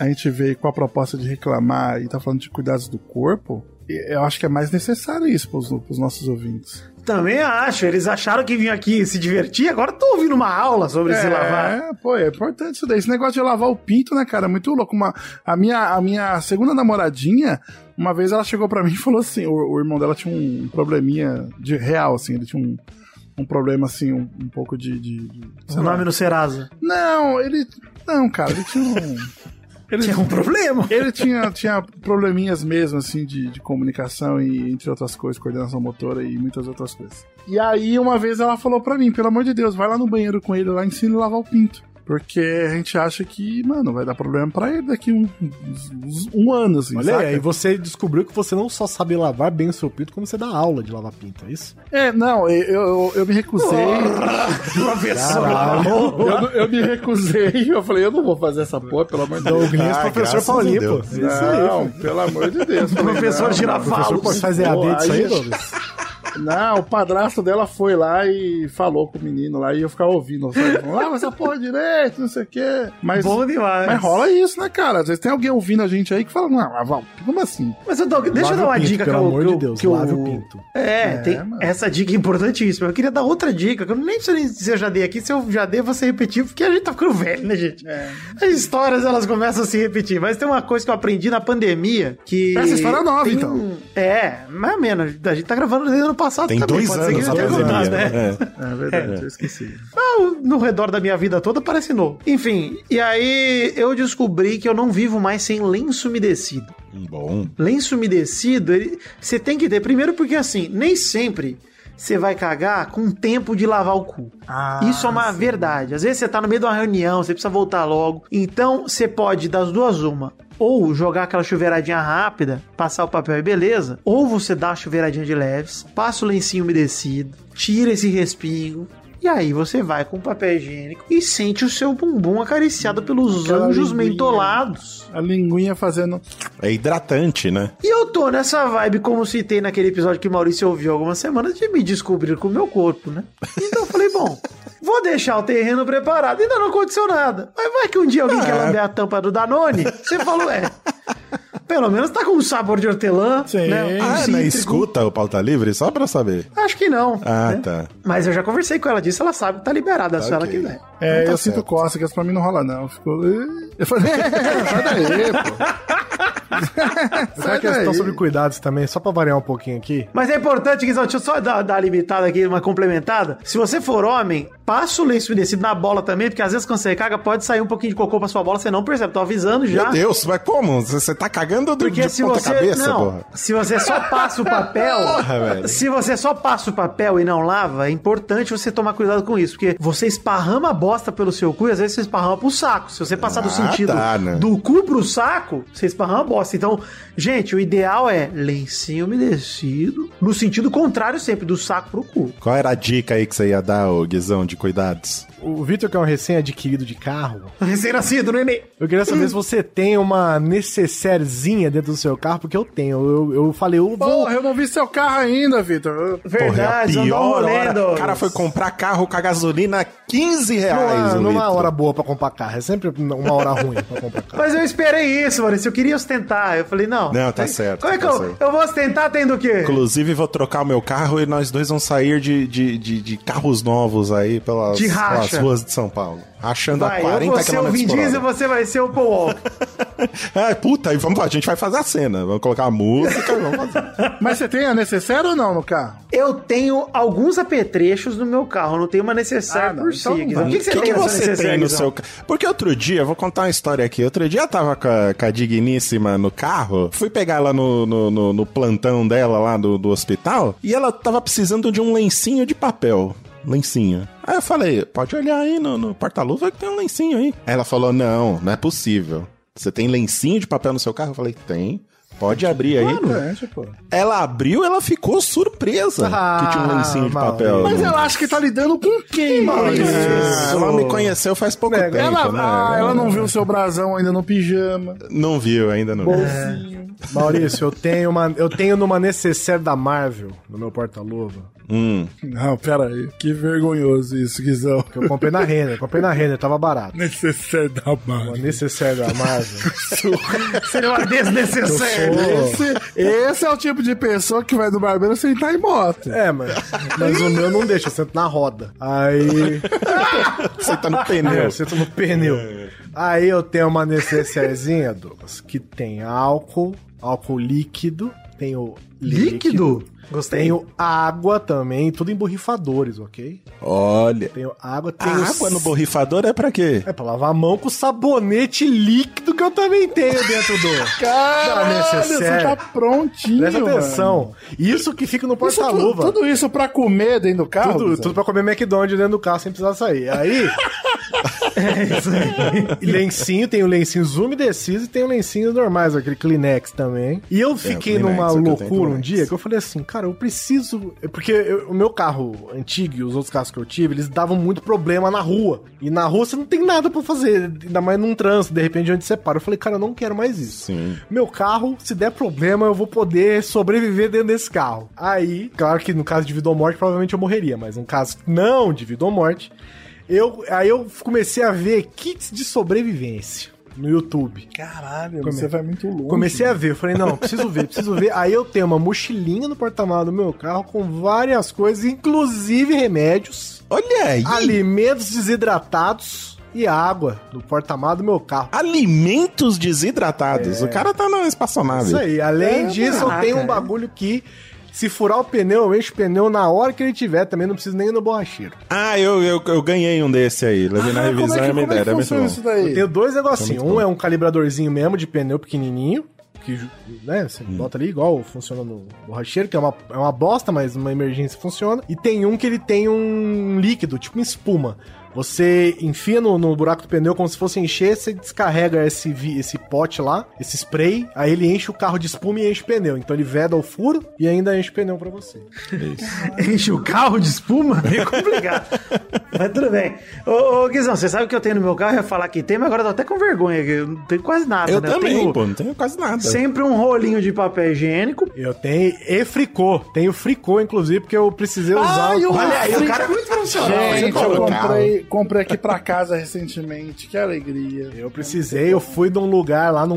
S1: a gente veio com a proposta de reclamar e tá falando de cuidados do corpo. E Eu acho que é mais necessário isso pros, pros nossos ouvintes.
S4: Também acho. Eles acharam que vinha aqui se divertir, agora tô ouvindo uma aula sobre se lavar.
S1: É, pô, é importante isso daí. Esse negócio de lavar o pinto, né, cara? É muito louco. Uma, a, minha, a minha segunda namoradinha, uma vez ela chegou pra mim e falou assim: o, o irmão dela tinha um probleminha de real, assim, ele tinha um, um problema, assim, um, um pouco de. de, de-
S4: O
S1: sei lá.
S4: nome é no Serasa.
S1: Não, ele. Não, cara, ele tinha um. Ele,
S4: Tinha um problema.
S1: ele tinha, tinha probleminhas mesmo, assim, de, de comunicação e, entre outras coisas, coordenação motora e muitas outras coisas. E aí, uma vez ela falou pra mim, pelo amor de Deus, vai lá no banheiro com ele lá, ensina ele a lavar o pinto. Porque a gente acha que, mano, vai dar problema pra ele daqui um, uns- um ano, assim,
S3: Olha
S1: saca?
S3: aí, aí você descobriu que você não só sabe lavar bem o seu pinto, como você dá aula de lavar pinto, é isso?
S1: É, não, eu, eu, eu me recusei.
S3: Caralho.
S1: Eu, não- eu me recusei, eu falei, eu não vou fazer essa porra, pelo amor de Deus.
S3: Douglas,
S2: Ah,
S3: professor
S2: graças a
S3: Paulinho, pô.
S2: Deus.
S3: Isso aí.
S1: Não, pelo amor de Deus. Falei, não,
S4: Professor
S3: Professor,
S4: Girafalo.
S3: pô, faz EAD disso aí,
S1: aí-
S3: Douglas?
S1: Não, o padrasto dela foi lá e falou com o menino lá e eu ficava ouvindo. sabe? Falando, Lava essa porra direito, não sei o quê. Mas,
S4: Bom demais.
S1: mas rola isso, né, cara? Às vezes tem alguém ouvindo a gente aí que fala, não, Laval, como assim?
S4: Mas, ô, Doug, deixa
S3: Lave
S4: eu dar
S3: o
S4: uma
S3: pinto,
S4: dica que
S3: pelo
S4: eu-
S3: amor
S4: que eu-
S3: de Deus,
S4: que eu-
S3: lave o pinto.
S4: É, tem
S1: mano.
S4: essa dica é importantíssima. Eu queria dar outra dica, que eu nem sei se eu já dei aqui. Se eu já dei, eu vou ser repetido, porque a gente tá ficando velho, né, gente?
S1: É.
S4: As histórias, elas começam a se repetir. Mas tem uma coisa que eu aprendi na pandemia, que...
S1: Essa história é nova,
S4: tem
S1: então.
S4: um- É, mais ou menos. A gente tá gravando desde o ano passado
S2: Tem
S4: também.
S2: dois
S4: pode ser que
S2: anos a
S4: tenha
S2: pandemia.
S4: mudado, né?
S2: né?
S1: É verdade, eu esqueci.
S4: Ah, no redor da minha vida toda parece novo. Enfim, e aí eu descobri que eu não vivo mais sem lenço umedecido.
S2: É. Bom.
S4: Lenço umedecido, ele- você tem que ter. Primeiro, porque assim, nem sempre você vai cagar com tempo de lavar o cu.
S1: Ah,
S4: Isso é uma verdade. Às vezes você tá no meio de uma reunião, você precisa voltar logo. Então, você pode, das duas, uma. Ou jogar aquela chuveiradinha rápida, passar o papel e beleza. Ou você dá a chuveiradinha de leves, passa o lencinho umedecido, tira esse respingo, E aí você vai com papel higiênico e sente o seu bumbum acariciado pelos
S1: Aquela
S4: anjos
S1: linguinha.
S4: mentolados.
S1: A linguinha fazendo.
S2: É hidratante, né?
S4: E eu tô nessa vibe, como citei naquele episódio que o Maurício ouviu algumas semanas, de me descobrir com o meu corpo, né? Então eu falei, bom, vou deixar o terreno preparado. Ainda não aconteceu nada. Mas vai que um
S2: É.
S4: dia alguém quer lamber a tampa do Danone, você falou, é. Pelo menos tá com um sabor de hortelã, né? Um
S2: Ah, na
S4: cítrico.
S2: escuta o pauta livre, só pra saber.
S4: Acho que não.
S2: Ah,
S4: né?
S2: tá.
S4: Mas eu já conversei com ela disso, ela sabe que tá liberada, se ela
S2: ok.
S4: quiser.
S1: É,
S2: Tá
S1: eu
S2: certo.
S1: sinto cócegas, pra mim não rola, não. Ficou. Eu falei, sai daí, pô.
S3: Essa é a questão sobre cuidados também, só pra variar um pouquinho aqui.
S4: Mas é importante, Guizão, deixa eu só dar, dar a limitada aqui, uma complementada. Se você for homem, passa o lenço umedecido na bola também, porque às vezes quando você caga, pode sair um pouquinho de cocô pra sua bola, você não percebe. Tô avisando já.
S2: Meu Deus, mas como? Você- Você tá cagando do,
S4: Porque
S2: de
S4: se
S2: ponta
S4: você.
S2: cabeça,
S4: não,
S2: porra?
S4: se você só passa o papel.
S2: Porra, velho.
S4: se você só passa o papel e não lava, é importante você tomar cuidado com isso. Porque você esparrama a bosta pelo seu cu e às vezes você esparrama pro saco. Se você passar do
S2: Ah,
S4: sentido
S2: tá, né?
S4: do cu pro saco, você esparrama a bosta. Então, gente, o ideal é lencinho umedecido, no sentido contrário sempre, do saco pro cu.
S2: Qual era a dica aí que você ia dar, ô Guizão, de cuidados?
S3: O Vitor, que é um recém-adquirido de carro,
S4: Recém-nascido, né, neném.
S3: eu queria saber se você tem uma necessairezinha dentro do seu carro, porque eu tenho. Eu, eu falei, eu vou.
S1: Porra, eu não vi seu carro ainda, Vitor.
S4: Verdade,
S2: Porra, é a
S4: andar um
S2: pior
S4: rolê,
S2: hora. O
S4: Douglas.
S2: cara foi comprar carro com a gasolina 15 reais.
S3: numa,
S2: o
S3: numa
S2: um litro.
S3: hora boa pra comprar carro. É sempre uma hora ruim pra comprar carro.
S4: Mas eu esperei isso, Maurício. Eu queria ostentar. Eu falei, não.
S2: Não, tá
S4: Tem-
S2: certo,
S4: Como é que
S2: tá
S4: eu,
S2: certo.
S4: eu vou ostentar tendo o quê?
S2: Inclusive, vou trocar o meu carro e nós dois vamos sair de, de, de, de carros novos aí pelas,
S4: De racha.
S2: pelas ruas de São Paulo. Achando
S4: Vai,
S2: a
S4: eu
S2: 40
S4: vou ser o
S2: km
S4: Vin
S2: por
S4: Diesel,
S2: hora.
S4: você vai ser o Paul Walker.
S2: É, puta, e vamos, a gente vai fazer a cena. Vamos colocar a música e vamos fazer.
S1: Mas você tem a necessária ou não no carro?
S4: Eu tenho alguns apetrechos no meu carro, eu não é tenho uma necessária
S1: Ah, não,
S4: por si.
S1: então não
S4: Guizão.
S1: vai.
S4: o que, que você
S2: O que
S4: tem, na sua
S2: você
S4: necessaire,
S2: tem no
S4: Guizão?
S2: seu carro? Porque outro dia, eu vou contar uma história aqui. Outro dia eu tava com a, com a digníssima no carro, fui pegar ela no, no, no- no plantão dela lá do, do hospital, e ela tava precisando de um lencinho de papel. Lencinho. Aí eu falei, pode olhar aí no, no porta-luva que tem um lencinho aí. Aí ela falou, não, não é possível. Você tem lencinho de papel no seu carro? Eu falei, tem. Pode abrir aí.
S1: É, tipo.
S2: Ela abriu, ela ficou surpresa que tinha um lencinho de
S3: Ah,
S2: papel.
S1: Mas
S2: né?
S4: é
S1: ela acha que tá lidando com quem, Maurício?
S2: Isso. Ela me conheceu faz pouco tempo.
S1: Ela,
S2: né?
S1: ah, ela não viu o seu brasão ainda no pijama.
S2: Não viu, ainda não.
S3: É. Maurício, eu tenho uma, eu tenho numa necessaire da Marvel no meu porta-luva.
S2: Hum.
S1: Não, pera aí. Que vergonhoso isso, Guizão.
S3: Que eu comprei na Renner, comprei na Renner, tava barato.
S1: Necessário da
S3: Uma
S1: mano.
S3: necessaire da Marvel.
S4: Seria uma desnecessária.
S1: Esse, esse é o tipo de pessoa que vai no barbeiro sentar em moto.
S3: É, mas, mas o meu não deixa, eu sento na roda. Aí.
S2: Você tá no
S3: É,
S2: pneu.
S3: eu sento no pneu. Aí eu tenho uma necessairezinha, Douglas, que tem álcool, álcool líquido, tenho
S4: Líquido? Gostei.
S3: Tenho água também, tudo em borrifadores, ok?
S2: Olha.
S3: Tenho água,
S2: A
S3: tenho.
S2: água no borrifador é pra quê?
S3: É pra lavar a mão com sabonete líquido que eu também tenho dentro do.
S1: Caralho, você
S3: necessaire.
S1: tá prontinho.
S3: Presta
S1: mano.
S3: atenção. Isso que fica no
S1: Isso tu-
S3: porta-luva.
S1: tudo é isso pra comer dentro do carro?
S3: Tudo,
S1: Guizão?
S3: tudo pra comer McDonald's dentro do carro sem precisar sair. Aí.
S1: É
S3: lencinho, tem o lencinhos umedecidos e tem o lencinhos normais, aquele Kleenex também. E eu fiquei
S2: Kleenex,
S3: numa
S2: é que eu tenho
S3: loucura um
S2: Kleenex.
S3: dia que eu falei assim, cara, eu preciso. Porque eu- o meu carro antigo e os outros carros que eu tive, eles davam muito problema na rua. E na rua você não tem nada pra fazer, ainda mais num trânsito, de repente onde você para. Eu falei, cara, eu não quero mais isso.
S2: Sim.
S3: Meu carro, se der problema, eu vou poder sobreviver dentro desse carro. Aí, claro que no caso de vida ou morte, provavelmente eu morreria, mas no caso não de vida ou morte, eu, aí eu comecei a ver kits de sobrevivência no YouTube.
S1: Caralho, você vai muito longe.
S3: Comecei a ver, eu falei, não, preciso ver, preciso ver. Aí eu tenho uma mochilinha no porta-malas do meu carro com várias coisas, inclusive remédios,
S2: Olha aí.
S3: alimentos desidratados e água no porta-malas do meu carro.
S2: Alimentos
S1: É.
S2: desidratados. O cara tá na espaçonave.
S3: Isso aí. Além disso, eu tenho um bagulho que, se furar o pneu, eu encho o pneu na hora que ele tiver. Também não preciso nem ir no borracheiro.
S2: Ah, eu, eu, eu ganhei um desse aí. Levei na
S1: Ah, como
S2: revisão
S1: é que,
S2: e
S1: como
S2: me
S1: é que
S2: deram. É muito
S1: funciona
S2: bom.
S1: isso daí?
S3: Eu tenho dois negocinhos.
S2: Tá muito
S3: um
S2: bom.
S3: é um calibradorzinho mesmo de pneu pequenininho. Que, né, você bota ali igual funciona no borracheiro, que é uma, é uma bosta, mas uma emergência funciona. E tem um que ele tem um líquido, tipo uma espuma. Você enfia no, no buraco do pneu como se fosse encher, você descarrega esse, vi- esse pote lá, esse spray, aí ele enche o carro de espuma e enche o pneu. Então ele veda o furo e ainda enche o pneu pra você.
S4: Enche o carro de espuma? É complicado. mas tudo bem. Ô, ô Guizão, você sabe o que eu tenho no meu carro? Eu ia falar que tem, mas agora eu tô até com vergonha. Que eu não tenho quase nada.
S2: Eu
S4: né?
S2: também,
S4: tenho
S2: pô, não tenho quase nada.
S4: Sempre um rolinho de papel higiênico.
S3: Eu tenho e fricô. Tenho fricô, inclusive, porque eu precisei usar
S1: Ai, eu-
S3: Olha aí, o
S1: Gente,
S3: cara é muito profissional.
S1: Gente,
S3: Você
S1: eu
S3: colocou.
S1: comprei, comprei aqui pra casa recentemente. Que alegria.
S3: Eu precisei, eu fui de um lugar lá num-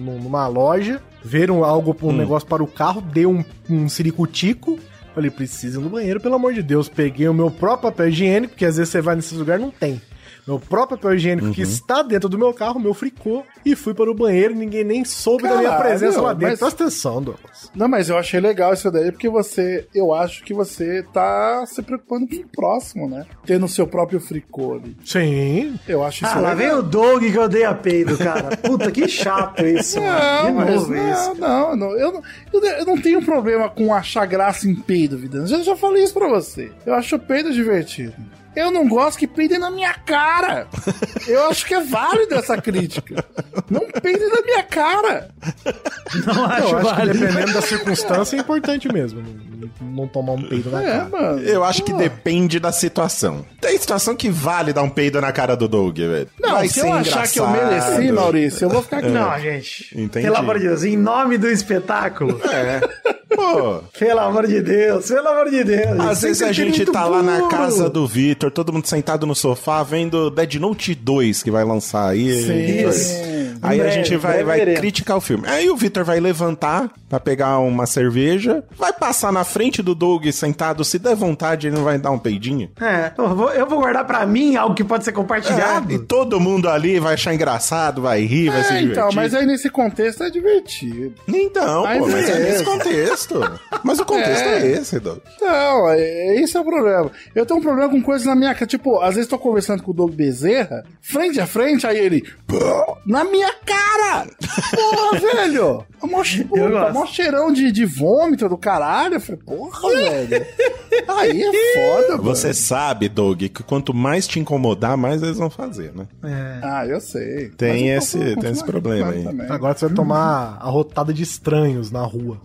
S3: num- numa loja, ver um, algo,
S1: Hum.
S3: um negócio para o carro, dei um, um ciricutico. Falei, preciso ir no banheiro, pelo amor de Deus. Peguei o meu próprio papel higiênico, porque às vezes você vai nesses lugares não tem. Meu próprio papel higiênico
S1: Uhum.
S3: que está dentro do meu carro, meu fricô, e fui para o banheiro, ninguém nem soube da minha
S1: Caralho,
S3: presença lá dentro.
S1: mas-
S3: Presta atenção, Douglas.
S1: Não, mas eu achei legal isso daí, porque você. Eu acho que você tá se preocupando com o próximo, né? Tendo o seu próprio fricô ali.
S3: Sim.
S1: Eu acho isso
S4: Ah, lá
S1: legal.
S4: vem o Doug que eu dei a peido, cara. Puta, que chato isso,
S1: Não,
S4: mano. De
S1: mas
S4: novo é isso.
S1: não, não, não, eu, não eu, não- eu não tenho problema com achar graça em peido, vida. Eu já, já falei isso pra você. Eu acho peido divertido. Eu não gosto que peidem na minha cara. Eu acho que é válido essa crítica. Não peidem na minha cara.
S4: Não acho,
S3: eu acho
S4: válido.
S3: que dependendo da circunstância é importante mesmo. Não, não tomar um peido na
S1: É,
S4: Ah.
S3: cara.
S1: mano.
S2: Eu acho que depende da situação. Tem situação que vale dar um peido na cara do Doug, velho.
S1: Não,
S2: Vai
S1: se
S2: ser
S1: eu achar que eu mereci,
S2: engraçado.
S1: Maurício, eu vou ficar aqui.
S4: Não, gente.
S2: É, Entendi.
S4: Pelo amor de Deus, em nome do espetáculo.
S2: É. Pô,
S4: pelo amor de Deus, pelo amor de Deus.
S2: às vezes a gente
S4: Entretenimento
S2: tá lá na
S4: é puro.
S2: casa do Vitor, todo mundo sentado no sofá vendo Dead Note 2 que vai lançar aí.
S1: Sim.
S2: Isso. Aí a
S4: Breve,
S2: gente vai,
S4: breve
S2: vai
S4: veremos.
S2: criticar o filme. Aí o Vitor vai levantar pra pegar uma cerveja, vai passar na frente do Doug sentado, se der vontade ele não vai dar um peidinho.
S4: É, eu vou, eu vou guardar pra mim algo que pode ser
S2: É,
S4: compartilhado.
S2: e todo mundo ali vai achar engraçado, vai rir, vai se
S1: É,
S2: divertir.
S1: então, mas aí nesse contexto é divertido.
S2: Então,
S1: Mas
S2: pô, mas é,
S1: é
S2: nesse
S1: esse.
S2: contexto. Mas o contexto é,
S1: É.
S2: esse, Doug.
S1: Não, é- esse é o problema. Eu tenho um problema com coisas na minha cara. Tipo, às vezes tô conversando com o Doug Bezerra, frente a frente, aí ele. "Pô, Na minha cara! Porra, velho! Tá Mó, che- puta,
S4: gosto.
S1: mó cheirão de, de vômito do caralho. Eu falei, porra, velho. Aí é foda, mano.
S2: Você sabe, Doug, que quanto mais te incomodar, mais eles vão fazer, né?
S1: Ah, eu sei.
S2: Tem
S1: eu
S2: esse-
S1: vou
S2: tem esse
S1: continuar
S2: problema
S1: gritando
S2: aí.
S1: também.
S3: Agora você vai tomar a rotada de estranhos na rua.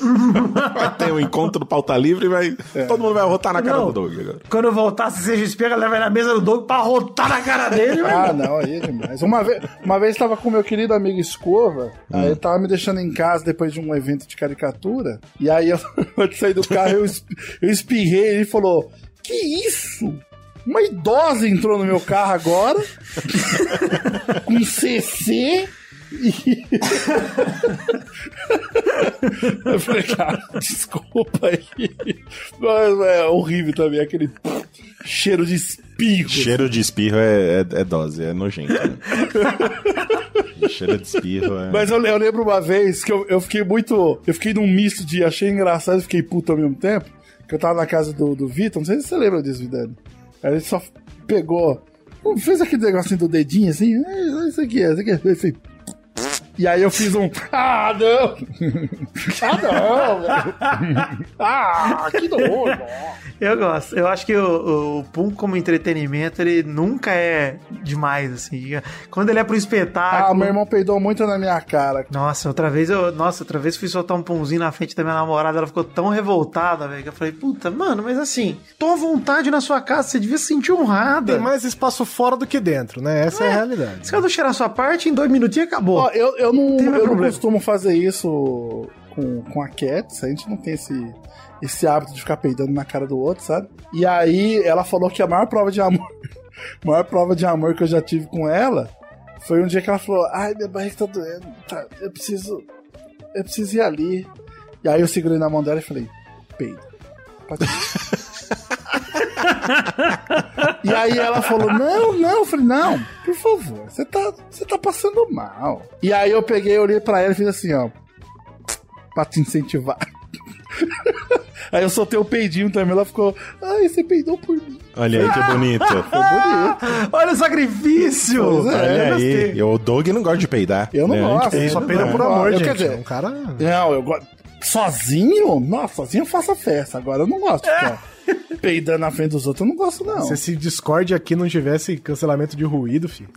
S2: Vai ter um encontro do pauta livre e vai.
S1: É.
S2: Todo mundo vai rotar na cara
S4: Não.
S2: do Doug agora.
S4: Quando eu voltar, se seja espelho, leva na mesa do Doug pra rotar na cara dele, mano.
S1: Ah, não, aí é demais. Uma vez, uma vez tava com meu querido amigo Escova, aí ele tava me deixando em casa depois de um evento de caricatura, e aí eu, eu saí do carro, eu, esp- eu espirrei, ele falou, que isso? Uma idosa entrou no meu carro agora, com CC... E... eu falei, cara, desculpa aí. Mas é horrível também aquele cheiro de espirro.
S2: Cheiro de espirro é, é- é dose, é nojento. né? Cheiro de espirro é.
S1: Mas eu, eu lembro uma vez que eu, eu fiquei muito. Eu fiquei num misto de achei engraçado e fiquei puto ao mesmo tempo. Que eu tava na casa do, do Vitor, não sei se você lembra disso, Vidani. Aí ele só pegou. Fez aquele negocinho do dedinho assim, "Ah, isso aqui, é, isso aqui. é", Eu falei, e aí eu fiz um. Ah, não! ah, não! velho. ah, que dor!
S4: Eu gosto. Eu acho que o, o Pum como entretenimento, ele nunca é demais, assim. Quando ele é pro espetáculo.
S1: Ah, meu irmão peidou muito na minha cara.
S4: Nossa, outra vez eu. Nossa, outra vez fui soltar um pãozinho na frente da minha namorada, ela ficou tão revoltada, velho, que eu falei, puta, mano, mas assim, tô à vontade na sua casa, você devia se sentir honrada.
S3: Tem mais espaço fora do que dentro, né? Essa é, a realidade.
S4: Se cada um cheirar a sua parte, em dois minutinhos acabou.
S1: Ó, eu, eu, não,
S4: Tem mais
S1: eu não
S4: problema.
S1: costumo fazer isso com, com a Cats, a gente não tem esse, esse hábito de ficar peidando na cara do outro, sabe? E aí ela falou que a maior prova de amor, a maior prova de amor que eu já tive com ela foi um dia que ela falou: Ai, minha barriga tá doendo, tá, eu preciso. Eu preciso ir ali. E aí eu segurei na mão dela e falei, peido. Pode ir." e aí ela falou, não, não, eu falei, não, por favor, você tá, você tá passando mal. E aí eu peguei, olhei pra ela e fiz assim, ó, pra te incentivar. aí eu soltei o peidinho também, ela ficou, ai, você peidou por mim.
S2: Olha aí que bonito.
S4: Olha o sacrifício!
S1: Pois é.
S2: Olha aí.
S4: gostei.
S2: E O Doug não gosta de peidar.
S1: Eu não
S2: né? A gente
S1: gosto.
S2: peida
S1: Só
S2: pra
S1: peida
S2: caralho.
S1: por amor,
S3: eu
S1: gente.
S3: Quer dizer, um cara.
S1: Não, eu gosto. Sozinho? Nossa, sozinho eu faço a festa. Agora eu não gosto de ficar peidando na frente dos outros, eu não gosto, não.
S3: Se esse Discord aqui não tivesse cancelamento de ruído, filho.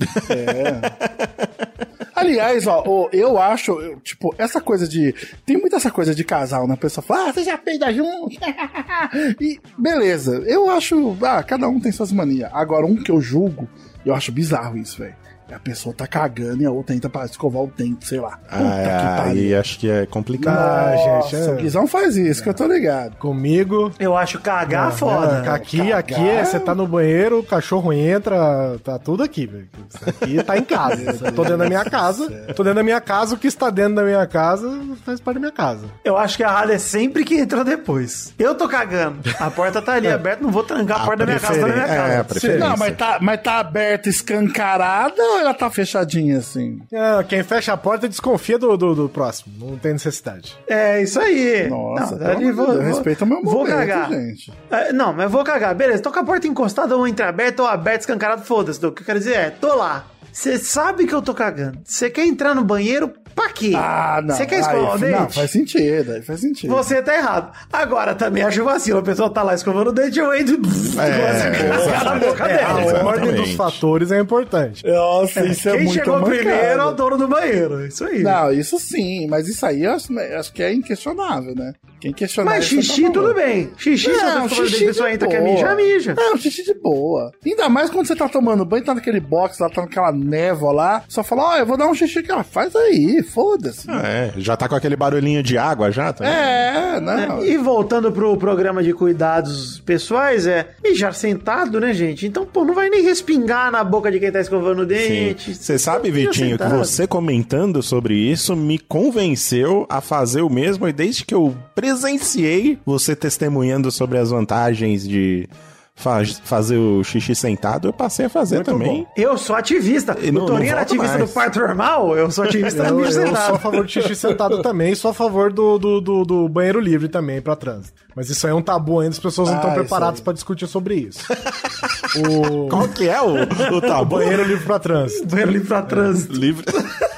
S1: Aliás, ó, o- eu acho, eu, tipo, essa coisa de. Tem muita essa coisa de casal, né? A pessoa fala, ah, você já peida junto. e beleza. Eu acho. Ah, cada um tem suas manias. Agora, um que eu julgo, eu acho bizarro isso, velho. É A pessoa tá cagando e a outra entra pra escovar o dente, sei lá. Puta
S2: Ah, aí acho que é complicado.
S3: Ah,
S4: Ah,
S1: Nossa,
S4: é.
S1: o Guizão faz isso, que eu tô ligado.
S3: é Comigo.
S4: Eu acho cagar foda.
S3: É, aqui, aqui, é, você tá no banheiro, o cachorro entra, tá tudo aqui, velho. Isso aqui tá em casa. Eu tô dentro da minha casa. Tô dentro da minha casa, o que está dentro da minha casa faz parte da minha casa.
S4: Eu acho que errado é sempre que entra depois. Eu tô cagando. A porta tá
S1: É.
S4: ali aberta, não vou trancar a, porta da minha casa, tá na minha
S2: preferência- é, a
S4: casa.
S2: preferência.
S1: Não, mas tá, mas tá aberta, escancarada ou ela tá fechadinha assim?
S3: Ah, quem fecha a porta desconfia do, do, do próximo, não tem necessidade.
S4: É, isso aí.
S1: Nossa,
S4: não,
S1: pelo
S4: ali
S1: amor de
S4: vou,
S1: Deus,
S4: vou,
S1: respeita o meu
S4: vou
S1: momento,
S4: cagar.
S1: gente.
S4: É, não, mas vou cagar. Beleza, tô com a porta encostada ou entreaberta ou aberta, escancarada, foda-se. O que eu quero dizer é, tô lá. Você sabe que eu tô cagando. Você quer entrar no banheiro, pra quê?
S1: Ah, não.
S4: Você quer
S1: aí,
S4: escovar
S1: Não,
S4: o dente?
S1: faz sentido, aí faz sentido.
S4: Você tá errado. Agora também acho vacilo. A pessoa tá lá escovando o dente, eu entro.
S2: É,
S4: começo a cagar na boca
S3: É,
S4: dela.
S3: a ordem
S2: exatamente.
S3: dos fatores é importante.
S1: Nossa, isso é
S4: Quem
S1: muito
S4: chegou
S1: mancado.
S4: primeiro é o dono do banheiro. Isso aí.
S1: Não, isso sim, mas isso aí eu acho, né, acho que é inquestionável, né? Quem questionar
S4: Mas
S1: isso,
S4: xixi,
S1: tá
S4: tudo
S1: maluco.
S4: bem. Xixi, se eu
S1: Não,
S4: tô falando
S1: xixi
S4: de pessoa
S1: de
S4: entra que é
S1: boa.
S4: mija, mija.
S1: É, um xixi de boa. Ainda mais quando você tá tomando banho, tá naquele box lá, tá naquela névoa lá. Só fala, ó, eu vou dar um xixi que ela faz aí, foda-se.
S2: Ah, é. Já tá com aquele barulhinho de água já? Tá
S1: É, não.
S4: E voltando pro programa de cuidados pessoais, é mijar sentado, né, gente? Então, pô, não vai nem respingar na boca de quem tá escovando o dente.
S2: Você sabe,
S4: Mija
S2: Vitinho, que
S4: sentado.
S2: você comentando sobre isso me convenceu a fazer o mesmo e desde que eu presenciei você testemunhando sobre as vantagens de faz- fazer o xixi sentado, eu passei a fazer também.
S4: Eu sou ativista.
S2: E não-
S4: o Torinho
S2: não
S4: era
S2: volto
S4: ativista
S2: mais.
S4: do parto normal, eu sou ativista do
S3: Eu,
S4: mijo
S3: eu sou a
S4: sentado.
S3: favor de xixi sentado também, e sou a favor do, do, do- do banheiro livre também pra trânsito. Mas isso aí é um tabu ainda, as pessoas não
S1: Ah,
S3: estão
S1: isso
S3: preparadas
S1: aí.
S3: pra discutir sobre isso. o
S2: Qual que é o, o tabu?
S3: banheiro livre pra trânsito.
S4: Banheiro
S2: é,
S4: livre pra trânsito.
S2: livre.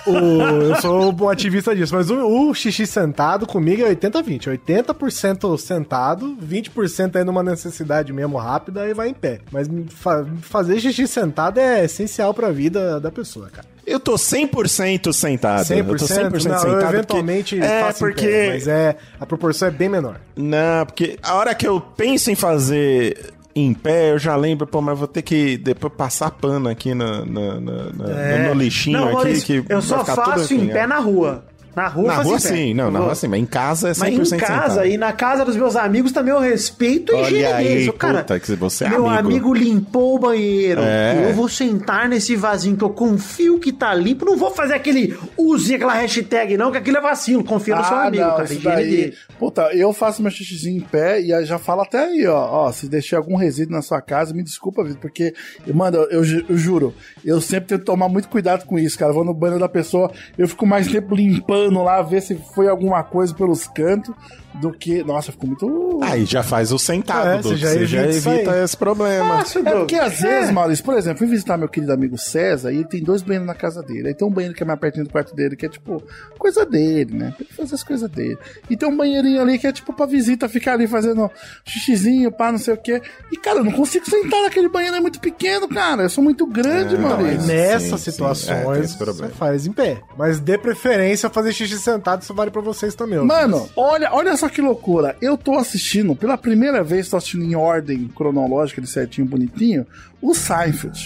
S3: O- eu sou um ativista disso, mas o, o xixi sentado comigo é 80-20. 80% sentado, 20% é numa necessidade mesmo rápida e vai em pé. Mas fa- fazer xixi sentado é essencial pra vida da pessoa, cara.
S2: Eu tô 100% sentado. Ah, eu tô
S3: 100%, não, eu
S2: porque-
S3: eventualmente
S2: É,
S3: faço em
S2: porque...
S3: pé, mas é, a proporção é bem menor.
S2: Não, porque a hora que eu penso em fazer em pé, eu já lembro, pô, mas vou ter que depois passar pano aqui na- na- na- na-
S4: É.
S2: no lixinho
S4: Não,
S2: aqui.
S4: Maurício,
S2: que
S4: eu
S2: vai
S4: só
S2: ficar tudo
S4: faço em
S2: assim,
S4: pé
S2: é.
S4: na rua. Na rua eu
S2: Na
S4: faço
S2: rua
S4: em pé.
S2: sim, não, na
S4: Eu
S2: rua
S4: gosto.
S2: sim, mas em casa é 100%
S4: Mas em casa
S2: sentado.
S4: e na casa dos meus amigos também eu respeito a
S2: Olha
S4: higiene
S2: aí,
S4: deles. Eu, Cara,
S2: puta, que você é
S4: meu
S2: amigo.
S4: amigo. limpou o banheiro.
S2: É.
S4: Eu vou sentar nesse vasinho que eu confio que tá limpo. Não vou fazer aquele use aquela hashtag, não, que aquilo é vacilo. Confia no seu amigo, cara.
S1: Ah, isso
S4: Higiene dele.
S1: Puta, eu faço meu xixizinho em pé e aí já falo até aí, ó. Ó, se deixei algum resíduo na sua casa, me desculpa, Vitor, porque, mano, eu, ju- eu juro, eu sempre tento tomar muito cuidado com isso, cara. Eu vou no banheiro da pessoa, eu fico mais tempo limpando lá, ver se foi alguma coisa pelos cantos, do que. Nossa, ficou muito.
S2: Aí já faz o sentado,
S3: É,
S2: Dudu,
S3: você já
S2: você já
S3: evita isso
S2: evita
S3: aí.
S2: esse problema.
S4: Fácil,
S1: É
S4: Doug.
S1: porque às vezes, Maurício, por exemplo, fui visitar meu querido amigo César e ele tem dois banheiros na casa dele. Aí tem um banheiro que é mais pertinho do quarto dele, que é tipo coisa dele, né? Pra ele fazer as coisas dele. E tem um banheirinho ali que é tipo pra visita ficar ali fazendo xixizinho, pá, não sei o quê. E cara, eu não consigo sentar naquele banheiro, é muito pequeno, cara. Eu sou muito grande,
S2: É, não,
S1: Maurício.
S2: Sim,
S3: Nessas
S2: sim, é, tem
S3: situações,
S2: esse problema.
S3: você faz em pé. Mas dê preferência a fazer xixi sentado, isso vale pra vocês também. ó.
S1: Mano, olha, olha só que loucura. Eu tô assistindo, pela primeira vez, tô assistindo em ordem cronológica, de certinho, bonitinho, o Seinfeld.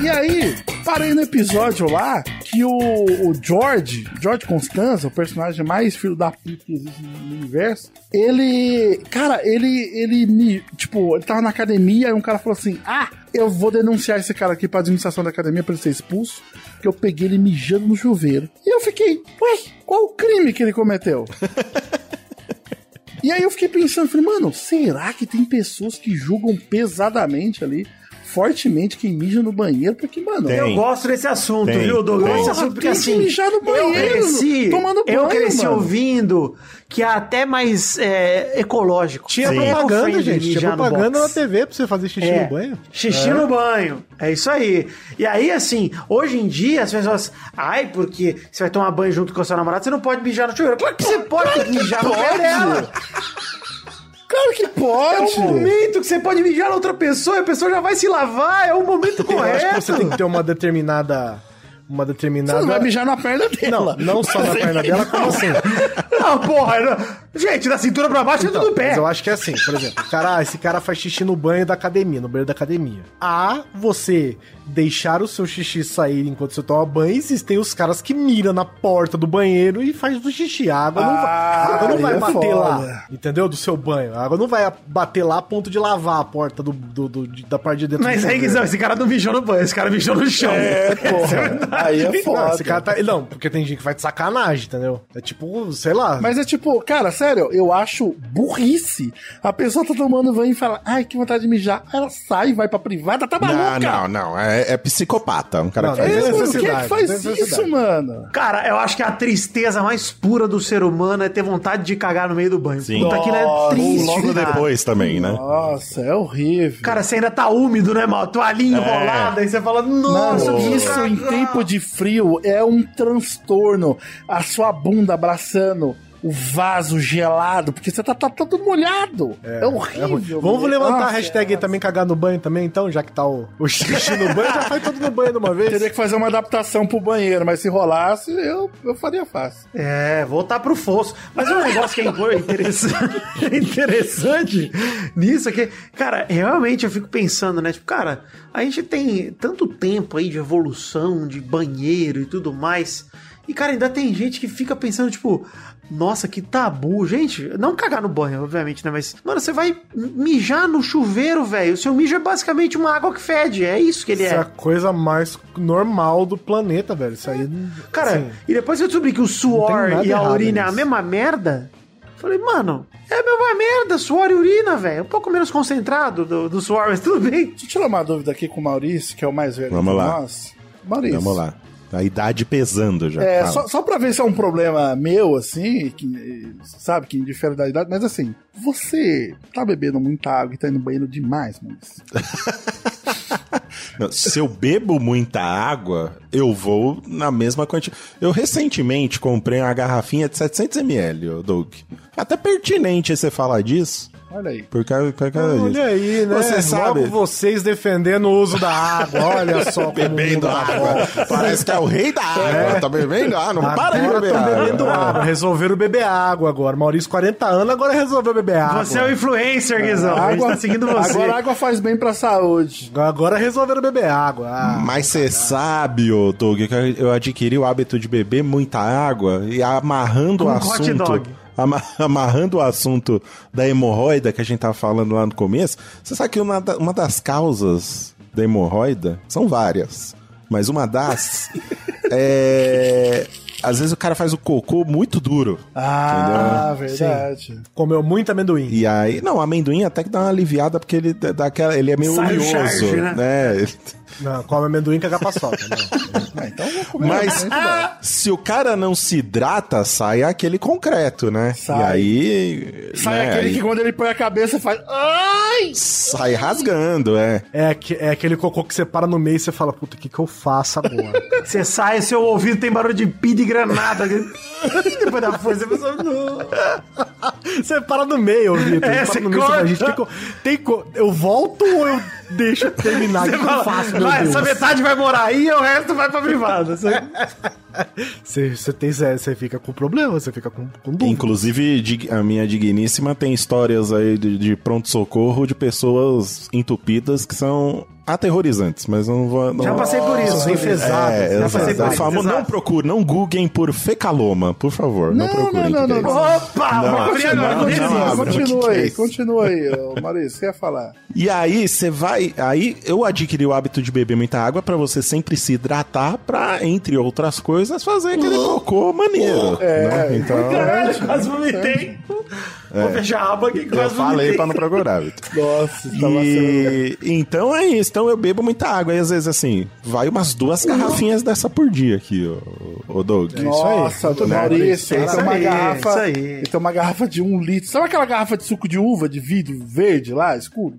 S1: E aí, parei no episódio lá que o, o George, George Constanza, o personagem mais filho da puta que existe no universo, ele. Cara, ele. Ele me. Tipo, ele tava na academia e um cara falou assim: Ah, eu vou denunciar esse cara aqui pra administração da academia pra ele ser expulso, que eu peguei ele mijando no chuveiro. E eu fiquei, ué, qual o crime que ele cometeu? E aí eu fiquei pensando, falei, mano, será que tem pessoas que julgam pesadamente ali fortemente quem mija no banheiro, porque, mano.
S4: Tem. Eu gosto desse assunto, Tem. viu, Douglas? Esse assunto, porque
S1: tem que
S4: assim.
S1: Tá mijar no banheiro,
S4: eu cresci,
S1: tomando
S4: eu
S1: banho,
S4: cresci
S1: mano.
S4: ouvindo que é até mais é, ecológico.
S3: Tinha
S4: É
S3: propaganda,
S4: eco-friendly
S3: gente. Tinha
S4: mijar no
S3: propaganda na
S4: box.
S3: TV pra você fazer xixi
S4: É.
S3: no banho.
S4: Xixi
S3: É.
S4: no banho. É isso aí. E aí, assim, hoje em dia as pessoas. assim, Ai, porque você vai tomar banho junto com a sua namorada, você não pode mijar no chuveiro. Claro que você pode ter que mijar no pé dela.
S1: Claro que pode.
S4: É um momento que você pode mijar na outra pessoa e a pessoa já vai se lavar. É o momento
S3: Eu acho que
S4: correto.
S3: você tem que ter uma determinada. Uma determinada.
S1: Você não vai mijar na perna dela.
S3: Não, não só na
S1: é
S3: perna dela, como assim?
S4: Não, Ah, porra. não. Gente, da cintura pra baixo é tudo pé.
S3: Mas eu acho que é assim, por exemplo, o cara, esse cara faz xixi no banho da academia, no banheiro da academia. A você deixar o seu xixi sair enquanto você toma banho, existem os caras que miram na porta do banheiro e faz o xixi. A água não, vai- a água não
S1: aí
S3: vai
S1: é
S3: bater
S1: foda.
S3: lá, entendeu? Do seu banho. A água não vai bater lá a ponto de lavar a porta do, do- do- de- da parte de dentro
S4: Mas
S3: do
S4: aí,
S3: banheiro.
S4: Guizão, esse cara não mijou no banho, esse cara mijou no chão.
S1: É, porra. Aí é
S3: Não,
S1: foda.
S3: esse cara tá- não, porque tem gente que vai de sacanagem, entendeu? É tipo, sei lá.
S1: Mas é tipo, cara, sério, eu acho burrice. A pessoa tá tomando banho e fala, ai, que vontade de mijar. Aí Ela sai, vai pra privada, tá maluca?
S2: Não, não, não. É, é psicopata. Um cara
S3: Não,
S2: que faz
S1: É,
S3: não.
S2: isso.
S1: mano,
S3: necessidade,
S1: quem é que faz
S3: tem
S1: isso,
S3: necessidade.
S1: mano?
S4: Cara, eu acho que a tristeza mais pura do ser humano é ter vontade de cagar no meio do banho. Puta, aquilo é
S1: Nossa,
S4: triste.
S2: Logo
S4: cara.
S2: depois também, né?
S1: Nossa, é horrível.
S4: Cara, você ainda tá úmido, né, mal? Toalhinha enrolada, aí você fala, nossa,
S1: É. Mano,
S4: que
S1: isso em
S4: cagar.
S1: tempo de frio é um transtorno. A sua bunda abraçando o vaso gelado, porque você tá, tá todo molhado. É,
S3: É ruim.
S1: horrível.
S3: Vamos
S1: mano.
S3: levantar a
S1: Nossa,
S3: hashtag também cagar no banho também, então, já que tá o, o xixi no banho, já faz tudo no banho de uma vez.
S1: Teria que fazer uma adaptação pro banheiro, mas se rolasse, eu, eu faria fácil.
S4: É, voltar pro fosso. Mas um negócio que é inco- interessante, interessante nisso é que, cara, realmente eu fico pensando, né? Tipo, cara, a gente tem tanto tempo aí de evolução, de banheiro e tudo mais. E, cara, ainda tem gente que fica pensando, tipo, nossa, que tabu. Gente, não cagar no banho, obviamente, né? Mas, mano, você vai mijar no chuveiro, velho. O seu mijo é basicamente uma água que fede. É isso que ele
S3: Isso é
S4: é.
S3: a coisa mais normal do planeta, velho. Isso aí.
S4: Cara,
S3: assim,
S4: e depois eu descobri que o
S3: Não tem
S4: suor
S3: nada
S4: e a
S3: errado
S4: urina é a
S3: nisso.
S4: mesma merda. Falei, mano, é a mesma merda, suor e urina, velho. Um pouco menos concentrado do, do suor, mas tudo bem.
S1: Deixa eu tirar uma dúvida aqui com o Maurício, que é o mais velho
S2: Vamos
S1: de
S2: lá.
S1: nós. Maurício.
S2: Vamos lá. A idade pesando já.
S1: É,
S2: fala.
S1: só, só pra ver se é um problema meu, assim, que, eh, sabe, que indifere da idade, mas assim, você tá bebendo muita água e tá indo no banheiro demais, Maurício.
S2: Não, Se eu bebo muita água, eu vou na mesma quantidade. Eu recentemente comprei uma garrafinha de 700ml, ô Doug. Até pertinente você falar disso.
S1: Olha aí.
S2: Por causa, por causa disso.
S3: Olha aí, né?
S2: é Você sabe.
S3: Logo vocês defendendo o uso da água. Olha só. como o mundo
S2: Bebendo
S3: tá
S2: água.
S3: bom.
S2: Parece que é o rei da água. Tá bebendo água. Não para de
S3: Agora
S2: beber
S3: estão
S2: água.
S3: bebendo água. Resolveram beber água agora. Maurício, 40 anos, agora resolveu beber água.
S4: Você é o influencer, Guizão. A gente tá seguindo você.
S1: Agora a água faz bem pra saúde.
S3: Agora resolveram beber água. Ah,
S2: Mas você sabe, ô Doug, que eu adquiri o hábito de beber muita água e amarrando o
S4: Com um hot
S2: assunto.
S4: dog.
S2: ama- Amarrando o assunto da hemorroida que a gente tava falando lá no começo, você sabe que uma, da- uma das causas da hemorroida são várias, mas uma das é. Às vezes o cara faz o cocô muito duro.
S1: Ah, verdade.
S3: comeu muito amendoim.
S2: E aí, não, o amendoim até que dá uma aliviada porque ele, dá aquela, ele é meio
S4: Sai o
S2: oleoso.
S4: charge, né?
S2: né? Ele-
S3: Não, come amendoim caga paçoca. Não.
S1: Ah, então eu vou comer
S2: Mas
S1: muito bem.
S2: se o cara não se hidrata, sai aquele concreto, né?
S1: Sai.
S2: E aí.
S1: Sai
S2: né,
S1: aquele
S2: aí
S1: que quando ele põe a cabeça faz. Ai!
S2: Sai rasgando, é.
S3: É, que- é aquele cocô que você para no meio e você fala, puta, o que, que eu faço agora?
S4: Você sai, seu ouvido tem barulho de pi de granada. Depois da força, a pessoa. "Não."
S3: você para no meio, Vitor.
S4: É, você
S3: você para no meio, você fala,
S4: corta.
S3: gente, tem co- tem co- eu volto ou eu deixo terminar? O que,
S4: Você
S3: que
S4: fala,
S3: eu faço, meu
S4: "Vai,
S3: Deus?
S4: essa metade vai morar aí e o resto vai pra privada. Você-
S3: Você, você tem, você fica com problema, você fica com, com dúvida.
S2: Inclusive, dig- a minha digníssima tem histórias aí de, de pronto-socorro de pessoas entupidas que são aterrorizantes, mas eu não vou. Não...
S4: Já passei por isso.
S3: Nossa, enfesado.
S2: É,
S4: Já
S2: exato.
S4: passei por
S2: Eu
S4: isso,
S2: falo,
S4: exato.
S2: não procure, não googlem por fecaloma, por favor. Não,
S1: Não,
S2: procurem.
S1: não,
S2: o que
S1: não,
S2: que é
S1: não, é
S2: isso.
S4: Opa!
S2: Não,
S4: vou abrir
S2: não,
S4: agora.
S2: não,
S4: Continua.
S2: não, abra.
S1: continua
S2: que que é
S1: aí,
S2: isso?
S1: continua aí, ô, Maurício, quer falar?
S2: E aí, você vai. Aí eu adquiri o hábito de beber muita água pra você sempre se hidratar, pra, entre outras
S1: É.
S2: coisas, fazer aquele cocô maneiro. né? Então,
S4: Caralho, quase vomitei. Vou fechar a aba aqui que
S2: Eu
S4: quase
S2: falei
S4: vomitei.
S2: pra não procurar, Vitor.
S1: Nossa, tá
S2: E então é isso. Então eu bebo muita água. E às vezes, assim, vai umas duas
S1: Uhum.
S2: garrafinhas dessa por dia aqui, ô, ô Doug.
S1: Nossa,
S2: Né?
S1: Maurício,
S4: É
S1: ele
S4: isso
S1: tem uma
S4: aí,
S1: garrafa.
S4: isso aí.
S1: Ele tem uma garrafa de um litro. Sabe aquela garrafa de suco de uva de vidro verde lá, escuro?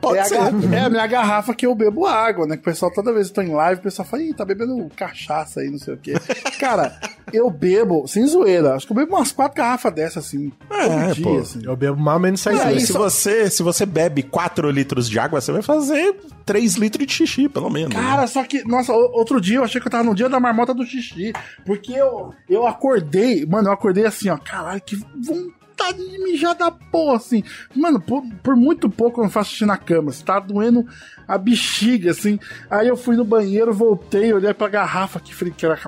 S2: Pode
S1: é, a
S2: ser.
S1: garra- é a minha garrafa que eu bebo água, né? Que o pessoal, toda vez que eu tô em live, o pessoal fala, ih, tá bebendo cachaça aí, não sei o quê. Cara, eu bebo, sem zoeira, acho que eu bebo umas quatro garrafas dessas, assim,
S2: É,
S1: todo dia,
S2: pô.
S1: assim.
S3: Eu bebo mais ou menos seis
S1: É,
S2: Cara,
S3: vezes.
S2: e se,
S1: isso-
S2: você, se você bebe 4 litros de água, você vai fazer 3 litros de xixi, pelo menos. né?
S1: Cara, só que, nossa, o- outro dia eu achei que eu tava no dia da marmota do xixi. Porque eu, eu acordei, mano, eu acordei assim, ó, caralho, que vontade de mijar da porra, assim. Mano, por, por muito pouco eu não faço xixi na cama, assim, tá doendo a bexiga, assim. Aí eu fui no banheiro, voltei, olhei pra garrafa que falei que era.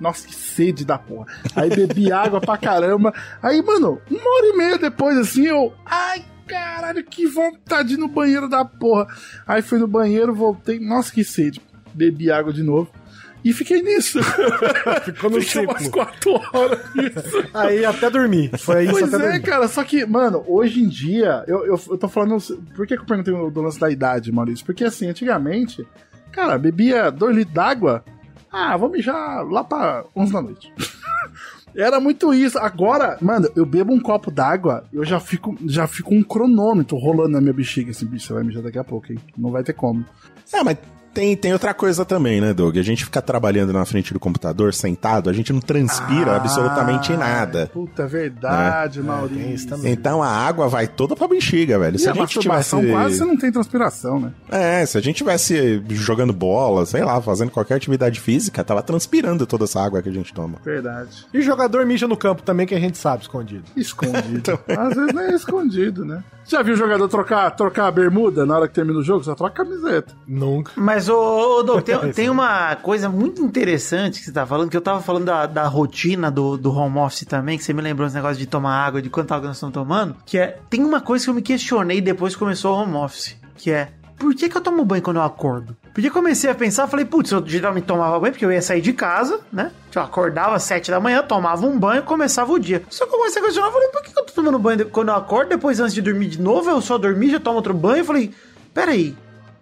S1: Nossa, que sede da porra. Aí bebi água pra caramba. Aí, mano, uma hora e meia depois, assim, eu. Ai, caralho, que vontade no banheiro da porra. Aí fui no banheiro, voltei. Nossa, que sede. Bebi água de novo. E fiquei nisso.
S3: Ficou no
S1: Fiquei umas
S3: ciclo.
S1: quatro horas nisso.
S3: Aí até dormir. Foi isso
S1: pois
S3: até
S1: é,
S3: dormir.
S1: cara. Só que, mano, hoje em dia, eu, eu, eu tô falando. Por que, que eu perguntei o do lance da idade, Maurício? Porque assim, antigamente, cara, bebia dois litros d'água. Ah, vou mijar lá pra 11 da noite. Era muito isso. Agora, mano, eu bebo um copo d'água, eu já fico, já fico um cronômetro rolando na minha bexiga. Assim, bicho, você vai mijar daqui a pouco, hein? Não vai ter como.
S2: É, mas tem, tem outra coisa também, né, Doug? A gente fica trabalhando na frente do computador, sentado, a gente não transpira absolutamente nada.
S1: É,
S2: É,
S1: Puta, verdade, Maurício.
S3: tem isso também.
S2: Então a água vai toda pra bexiga, velho.
S1: E
S2: Se
S1: a
S2: a gente
S1: masturbação
S2: tivesse...
S1: quase você não tem transpiração, né?
S2: É, se a gente tivesse jogando bola, sei lá, fazendo qualquer atividade física, tava transpirando toda essa água que a gente toma.
S1: Verdade.
S3: E jogador mija no campo também, que a gente sabe, escondido.
S1: Escondido. Às vezes nem é escondido, né? Já viu o jogador trocar, trocar a bermuda na hora que termina o jogo? Só troca a camiseta.
S3: Nunca.
S4: Mas, ô, ô Doug, tem, tem uma coisa muito interessante que você tá falando, que eu tava falando da, da rotina do, do home office também, que você me lembrou esse negócio de tomar água, de quanta água nós estamos tomando, que é, tem uma coisa que eu me questionei depois que começou o home office, que é, por que que eu tomo banho quando eu acordo? Porque eu comecei a pensar, falei, putz, eu geralmente tomava banho porque eu ia sair de casa, né? Eu acordava às sete da manhã, tomava um banho, começava o dia. Só que eu comecei a questionar, falei, por que que eu tô tomando banho de- quando eu acordo, depois antes de dormir de novo, eu só dormi, já tomo outro banho, eu falei, peraí,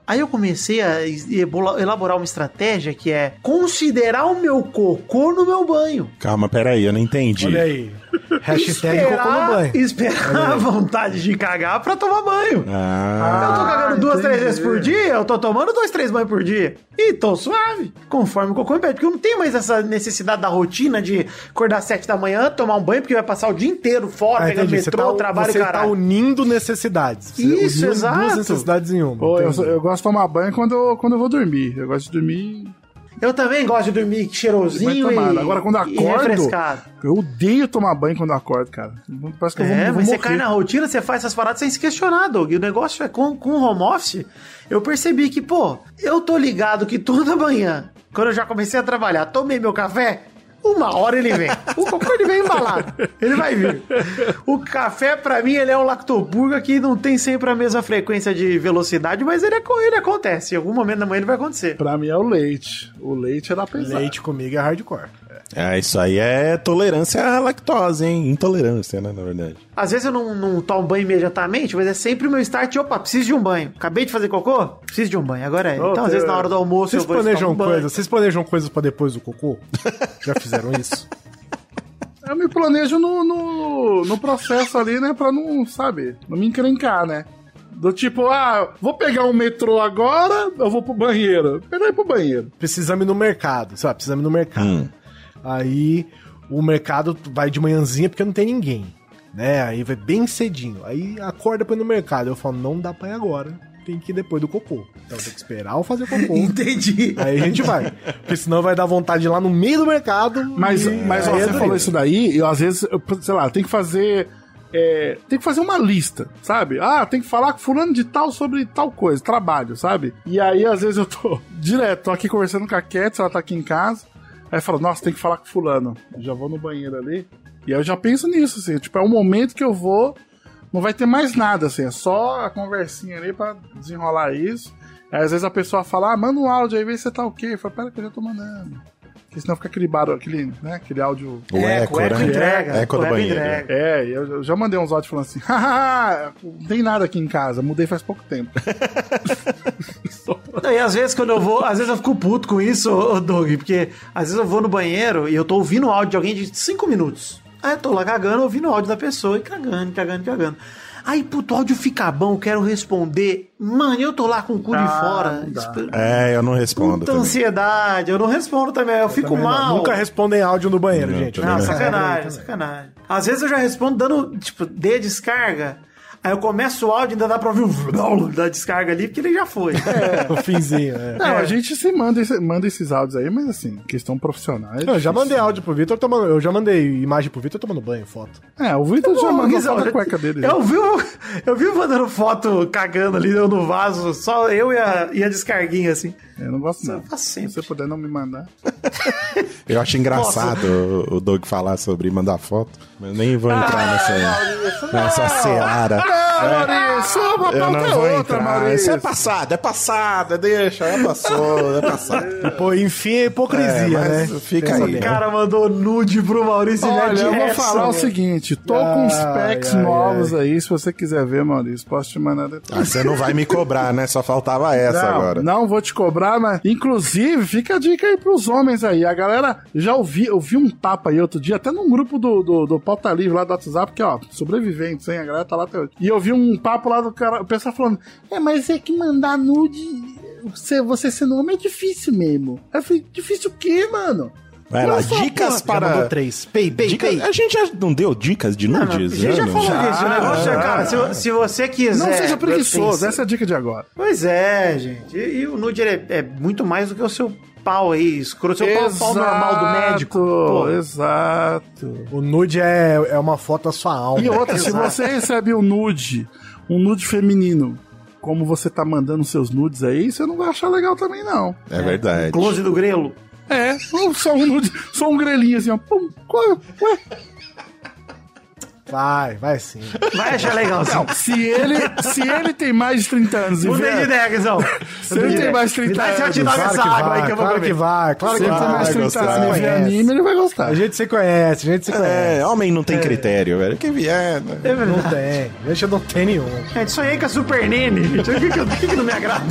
S4: Aí eu comecei a es- ebola- elaborar uma estratégia que é considerar o meu cocô no meu banho.
S2: Calma, peraí, eu não entendi.
S3: Olha aí. Hashtag
S4: Esperar-
S3: cocô no banho.
S4: Esperar a vontade de cagar pra tomar banho.
S2: Ah,
S4: eu tô cagando duas,
S1: entendi.
S4: três vezes por dia, eu tô tomando dois, três banhos por dia. E tô suave, conforme o cocô impede. Porque eu não tenho mais essa necessidade da rotina de acordar às sete da manhã, tomar um banho, porque vai passar o dia inteiro fora,
S3: Ah,
S4: pegando
S3: entendi. Você
S4: metrô,
S3: tá,
S4: trabalho e
S3: você tá
S4: caralho.
S3: unindo necessidades. Você
S4: Isso,
S3: uniu Duas
S4: exato.
S3: necessidades em uma.
S1: Pô, eu,
S3: Entendi.
S1: eu gosto de tomar banho quando eu, quando eu vou dormir. Eu gosto de dormir.
S4: Eu também gosto de dormir
S1: Vai
S4: cheirosinho e,
S1: tomar. né? Agora, quando eu
S4: e
S1: acordo,
S4: refrescado.
S1: eu odeio tomar banho quando eu acordo, cara. Parece que eu vou,
S4: É,
S1: vou
S4: mas você
S1: morrer.
S4: cai na rotina, você faz essas paradas sem se questionar, Doug. E o negócio é com, com o home office, eu percebi que, pô, eu tô ligado que toda manhã, quando eu já comecei a trabalhar, tomei meu café, uma hora ele vem. O cocô ele vem embalado. Ele vai vir. O café, pra mim, ele é um lactoburga que não tem sempre a mesma frequência de velocidade, mas ele, é, co- ele acontece. Em algum momento da manhã ele vai acontecer.
S1: Pra mim é o leite. O leite era pesado.
S3: Leite comigo é hardcore.
S2: é, isso aí é tolerância à lactose, hein? Intolerância, né, na verdade.
S4: Às vezes eu não, não tomo banho imediatamente, mas é sempre o meu start. Opa, preciso de um banho. Acabei de fazer cocô? Preciso de um banho. Agora é.
S1: Ô,
S4: então, às vezes, na hora do almoço,
S3: Vocês
S4: eu vou e tomo
S3: planejam
S4: um banho.
S3: coisas? Vocês planejam coisas pra depois do cocô? Já fizeram isso?
S1: Eu me planejo no, no, no processo ali, né? Pra não, sabe, não me encrencar, né? Do tipo, ah, vou pegar um metrô agora, eu vou pro banheiro. Peraí pro banheiro.
S3: Precisamos ir no mercado, sei lá, precisamos ir no mercado.
S2: Hum.
S3: Aí o mercado vai de manhãzinha porque não tem ninguém, né? Aí vai bem cedinho. Aí acorda pra ir no mercado. Eu falo, não dá pra ir agora. Tem que ir depois do cocô. Então tem que esperar ou fazer cocô.
S4: Entendi.
S3: Aí a gente vai. Porque senão vai dar vontade de ir lá no meio do mercado.
S1: Mas,
S3: e-
S1: mas ó,
S3: aí é
S1: você
S3: doido.
S1: falou isso daí, eu às vezes, eu, sei lá, tem que fazer. é, tem que fazer uma lista, sabe? Ah, tem que falar com fulano de tal sobre tal coisa, trabalho, sabe? E aí, às vezes, eu tô direto, tô aqui conversando com a Cat, ela tá aqui em casa. Aí eu falo, nossa, tem que falar com fulano. Eu já vou no banheiro ali. E aí eu já penso nisso, assim, tipo, é um momento que eu vou. Não vai ter mais nada, assim, é só a conversinha ali pra desenrolar isso. Aí, às vezes a pessoa fala, ah, manda um áudio aí, vê se você tá ok. Eu falo, pera que eu já tô mandando. Porque senão fica aquele barulho, aquele, né, aquele áudio.
S2: O
S4: É,
S2: eco, né?
S1: entrega.
S2: Eco do
S1: o
S2: banheiro.
S1: entrega. É, eu eu já mandei uns áudios falando assim: hahaha, não tem nada aqui em casa, mudei faz pouco tempo.
S4: Não, e às vezes quando eu vou, às vezes eu fico puto com isso, ô, ô, Doug, porque às vezes eu vou no banheiro e eu tô ouvindo o áudio de alguém de 5 minutos. Aí eu tô lá cagando, ouvindo o áudio da pessoa e cagando, cagando, cagando. Aí, puto, o áudio fica bom, quero responder. Mano, eu tô lá com o cu de
S3: Ah,
S4: fora. Tipo, esper-
S2: É, eu não respondo.
S4: Puta
S2: também.
S4: ansiedade, eu não respondo também, eu, fico
S3: Também não.
S4: mal.
S3: Nunca respondem áudio no banheiro, gente.
S4: Não,
S2: É.
S4: sacanagem, sacanagem. Às vezes eu já respondo dando, tipo, dê descarga. Aí eu começo o áudio e ainda dá pra ouvir o vlau da descarga ali, porque ele já foi.
S3: o finzinho, é.
S1: Não, a gente se manda, esse- manda esses áudios aí, mas assim, questão profissional. é
S3: Não, eu já
S1: difícil.
S3: mandei áudio pro Vitor tomando. Eu já mandei imagem pro Vitor tomando banho, foto.
S1: É, o Vitor já
S4: Pô,
S1: mandou
S4: Guizão,
S1: foto da cueca dele. né?
S4: Eu vi, o- eu vi mandando foto cagando ali eu no vaso, só eu e a, e a descarguinha assim.
S1: Eu não gosto
S4: Isso eu
S1: não.
S4: faço
S1: Se
S4: sempre.
S1: você puder não me mandar.
S2: Eu acho engraçado o, o Doug falar sobre mandar foto, mas nem vou entrar nessa, nessa seara.
S1: Maurício, uma
S2: Eu não vou entrar. Isso é
S1: Maurício.
S2: passado, é passado, deixa, é passou, é passado.
S3: Pô, enfim, é hipocrisia,
S2: É, mas
S3: né?
S2: fica
S3: Pensa
S2: aí,
S3: bem.
S2: né?
S4: O cara mandou nude pro Maurício
S1: Olha,
S4: Neto
S1: eu vou
S4: Jackson.
S1: falar o seguinte, tô com uns packs
S3: ai, ai.
S1: novos aí, se você quiser ver, Maurício, posso te mandar detalhes.
S2: Ah, você não vai me cobrar, né? Só faltava essa
S1: não,
S2: agora.
S1: Não vou te cobrar, mas. Inclusive, fica a dica aí pros homens aí. A galera já ouvi, eu vi um tapa aí outro dia, até num grupo do, do, do Pauta Livre lá do WhatsApp, que ó, sobreviventes, hein? A galera tá lá até hoje. E eu vi um papo lá do cara, o pessoal falando: É, mas é que mandar nude. Você, você sendo homem é difícil mesmo. Aí Eu falei, difícil o quê, mano?
S2: Vai lá,
S1: Olha só,
S2: dicas
S1: pô,
S3: Já mandou
S2: para.
S3: três. Pei, pei,
S2: Dicas-
S3: pei.
S2: A gente já não deu dicas de
S4: Não,
S2: nudes?
S4: já, já
S2: né?
S4: falou disso, o negócio é, cara, se, se você quiser...
S1: Não seja preguiçoso,
S4: tem-
S1: essa é a dica de agora.
S4: Pois é, gente. E, e o nude ele é, é muito mais do que o seu pau aí, escuro. Seu pau, pau normal do médico. Pô,
S1: Exato.
S3: O nude é, é uma foto da sua alma.
S1: E outra, se você recebe um nude, um nude feminino, como você tá mandando seus nudes aí, você não vai achar legal também, não.
S2: É verdade.
S4: close do grelo.
S1: É, ou só um nude, só um grelinho assim, ó. Pum, qual- ué.
S3: Vai, vai sim.
S4: Vai achar legal, então. sim.
S1: Se ele, se ele tem mais de 30 anos e
S4: Mudei de
S1: vier,
S4: ideia, Guizão.
S1: se ele tem mais de
S4: Me
S1: 30
S4: dá esse
S1: anos,
S4: hot dog
S3: Claro
S4: essa
S3: que
S4: água
S3: vai,
S4: aí que eu vou
S3: claro que
S4: beber.
S3: vai, claro
S1: se
S3: que
S1: ele tem mais
S3: vai.
S1: de 30
S2: gostar.
S1: anos e vê
S3: Conhece.
S1: anime, ele vai
S3: A
S1: gostar.
S3: gente se conhece, a gente se conhece.
S2: É, homem não tem critério, velho. Que vier. né?
S4: É verdade.
S3: Não tem, a gente não tem nenhum.
S4: Gente, É, sonhei com a Super Nene, gente. O que, que, eu- o que que não me agrada?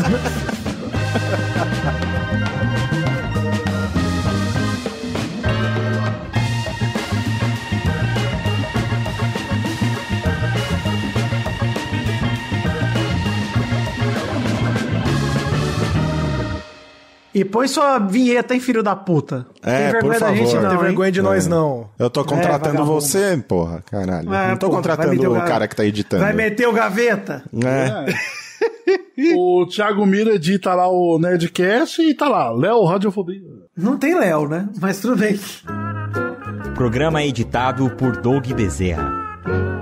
S4: E põe sua vinheta, hein, filho da puta.
S2: É,
S4: Tem
S2: por
S4: vergonha da
S2: favor.
S4: gente,
S2: Não
S4: não.
S3: Tem
S4: hein?
S3: vergonha de nós, não.
S2: É. Eu tô contratando
S4: vagabundo.
S2: você, porra, caralho.
S4: É,
S2: não tô
S4: porra, vai meter
S2: contratando o
S4: ga-
S2: cara que tá editando.
S4: Vai meter o gaveta?
S2: É.
S1: O Thiago Mira edita lá o Nerdcast e tá lá, Léo Radiofobia.
S4: Não tem Léo, né? Mas tudo bem.
S11: Programa editado por Doug Bezerra.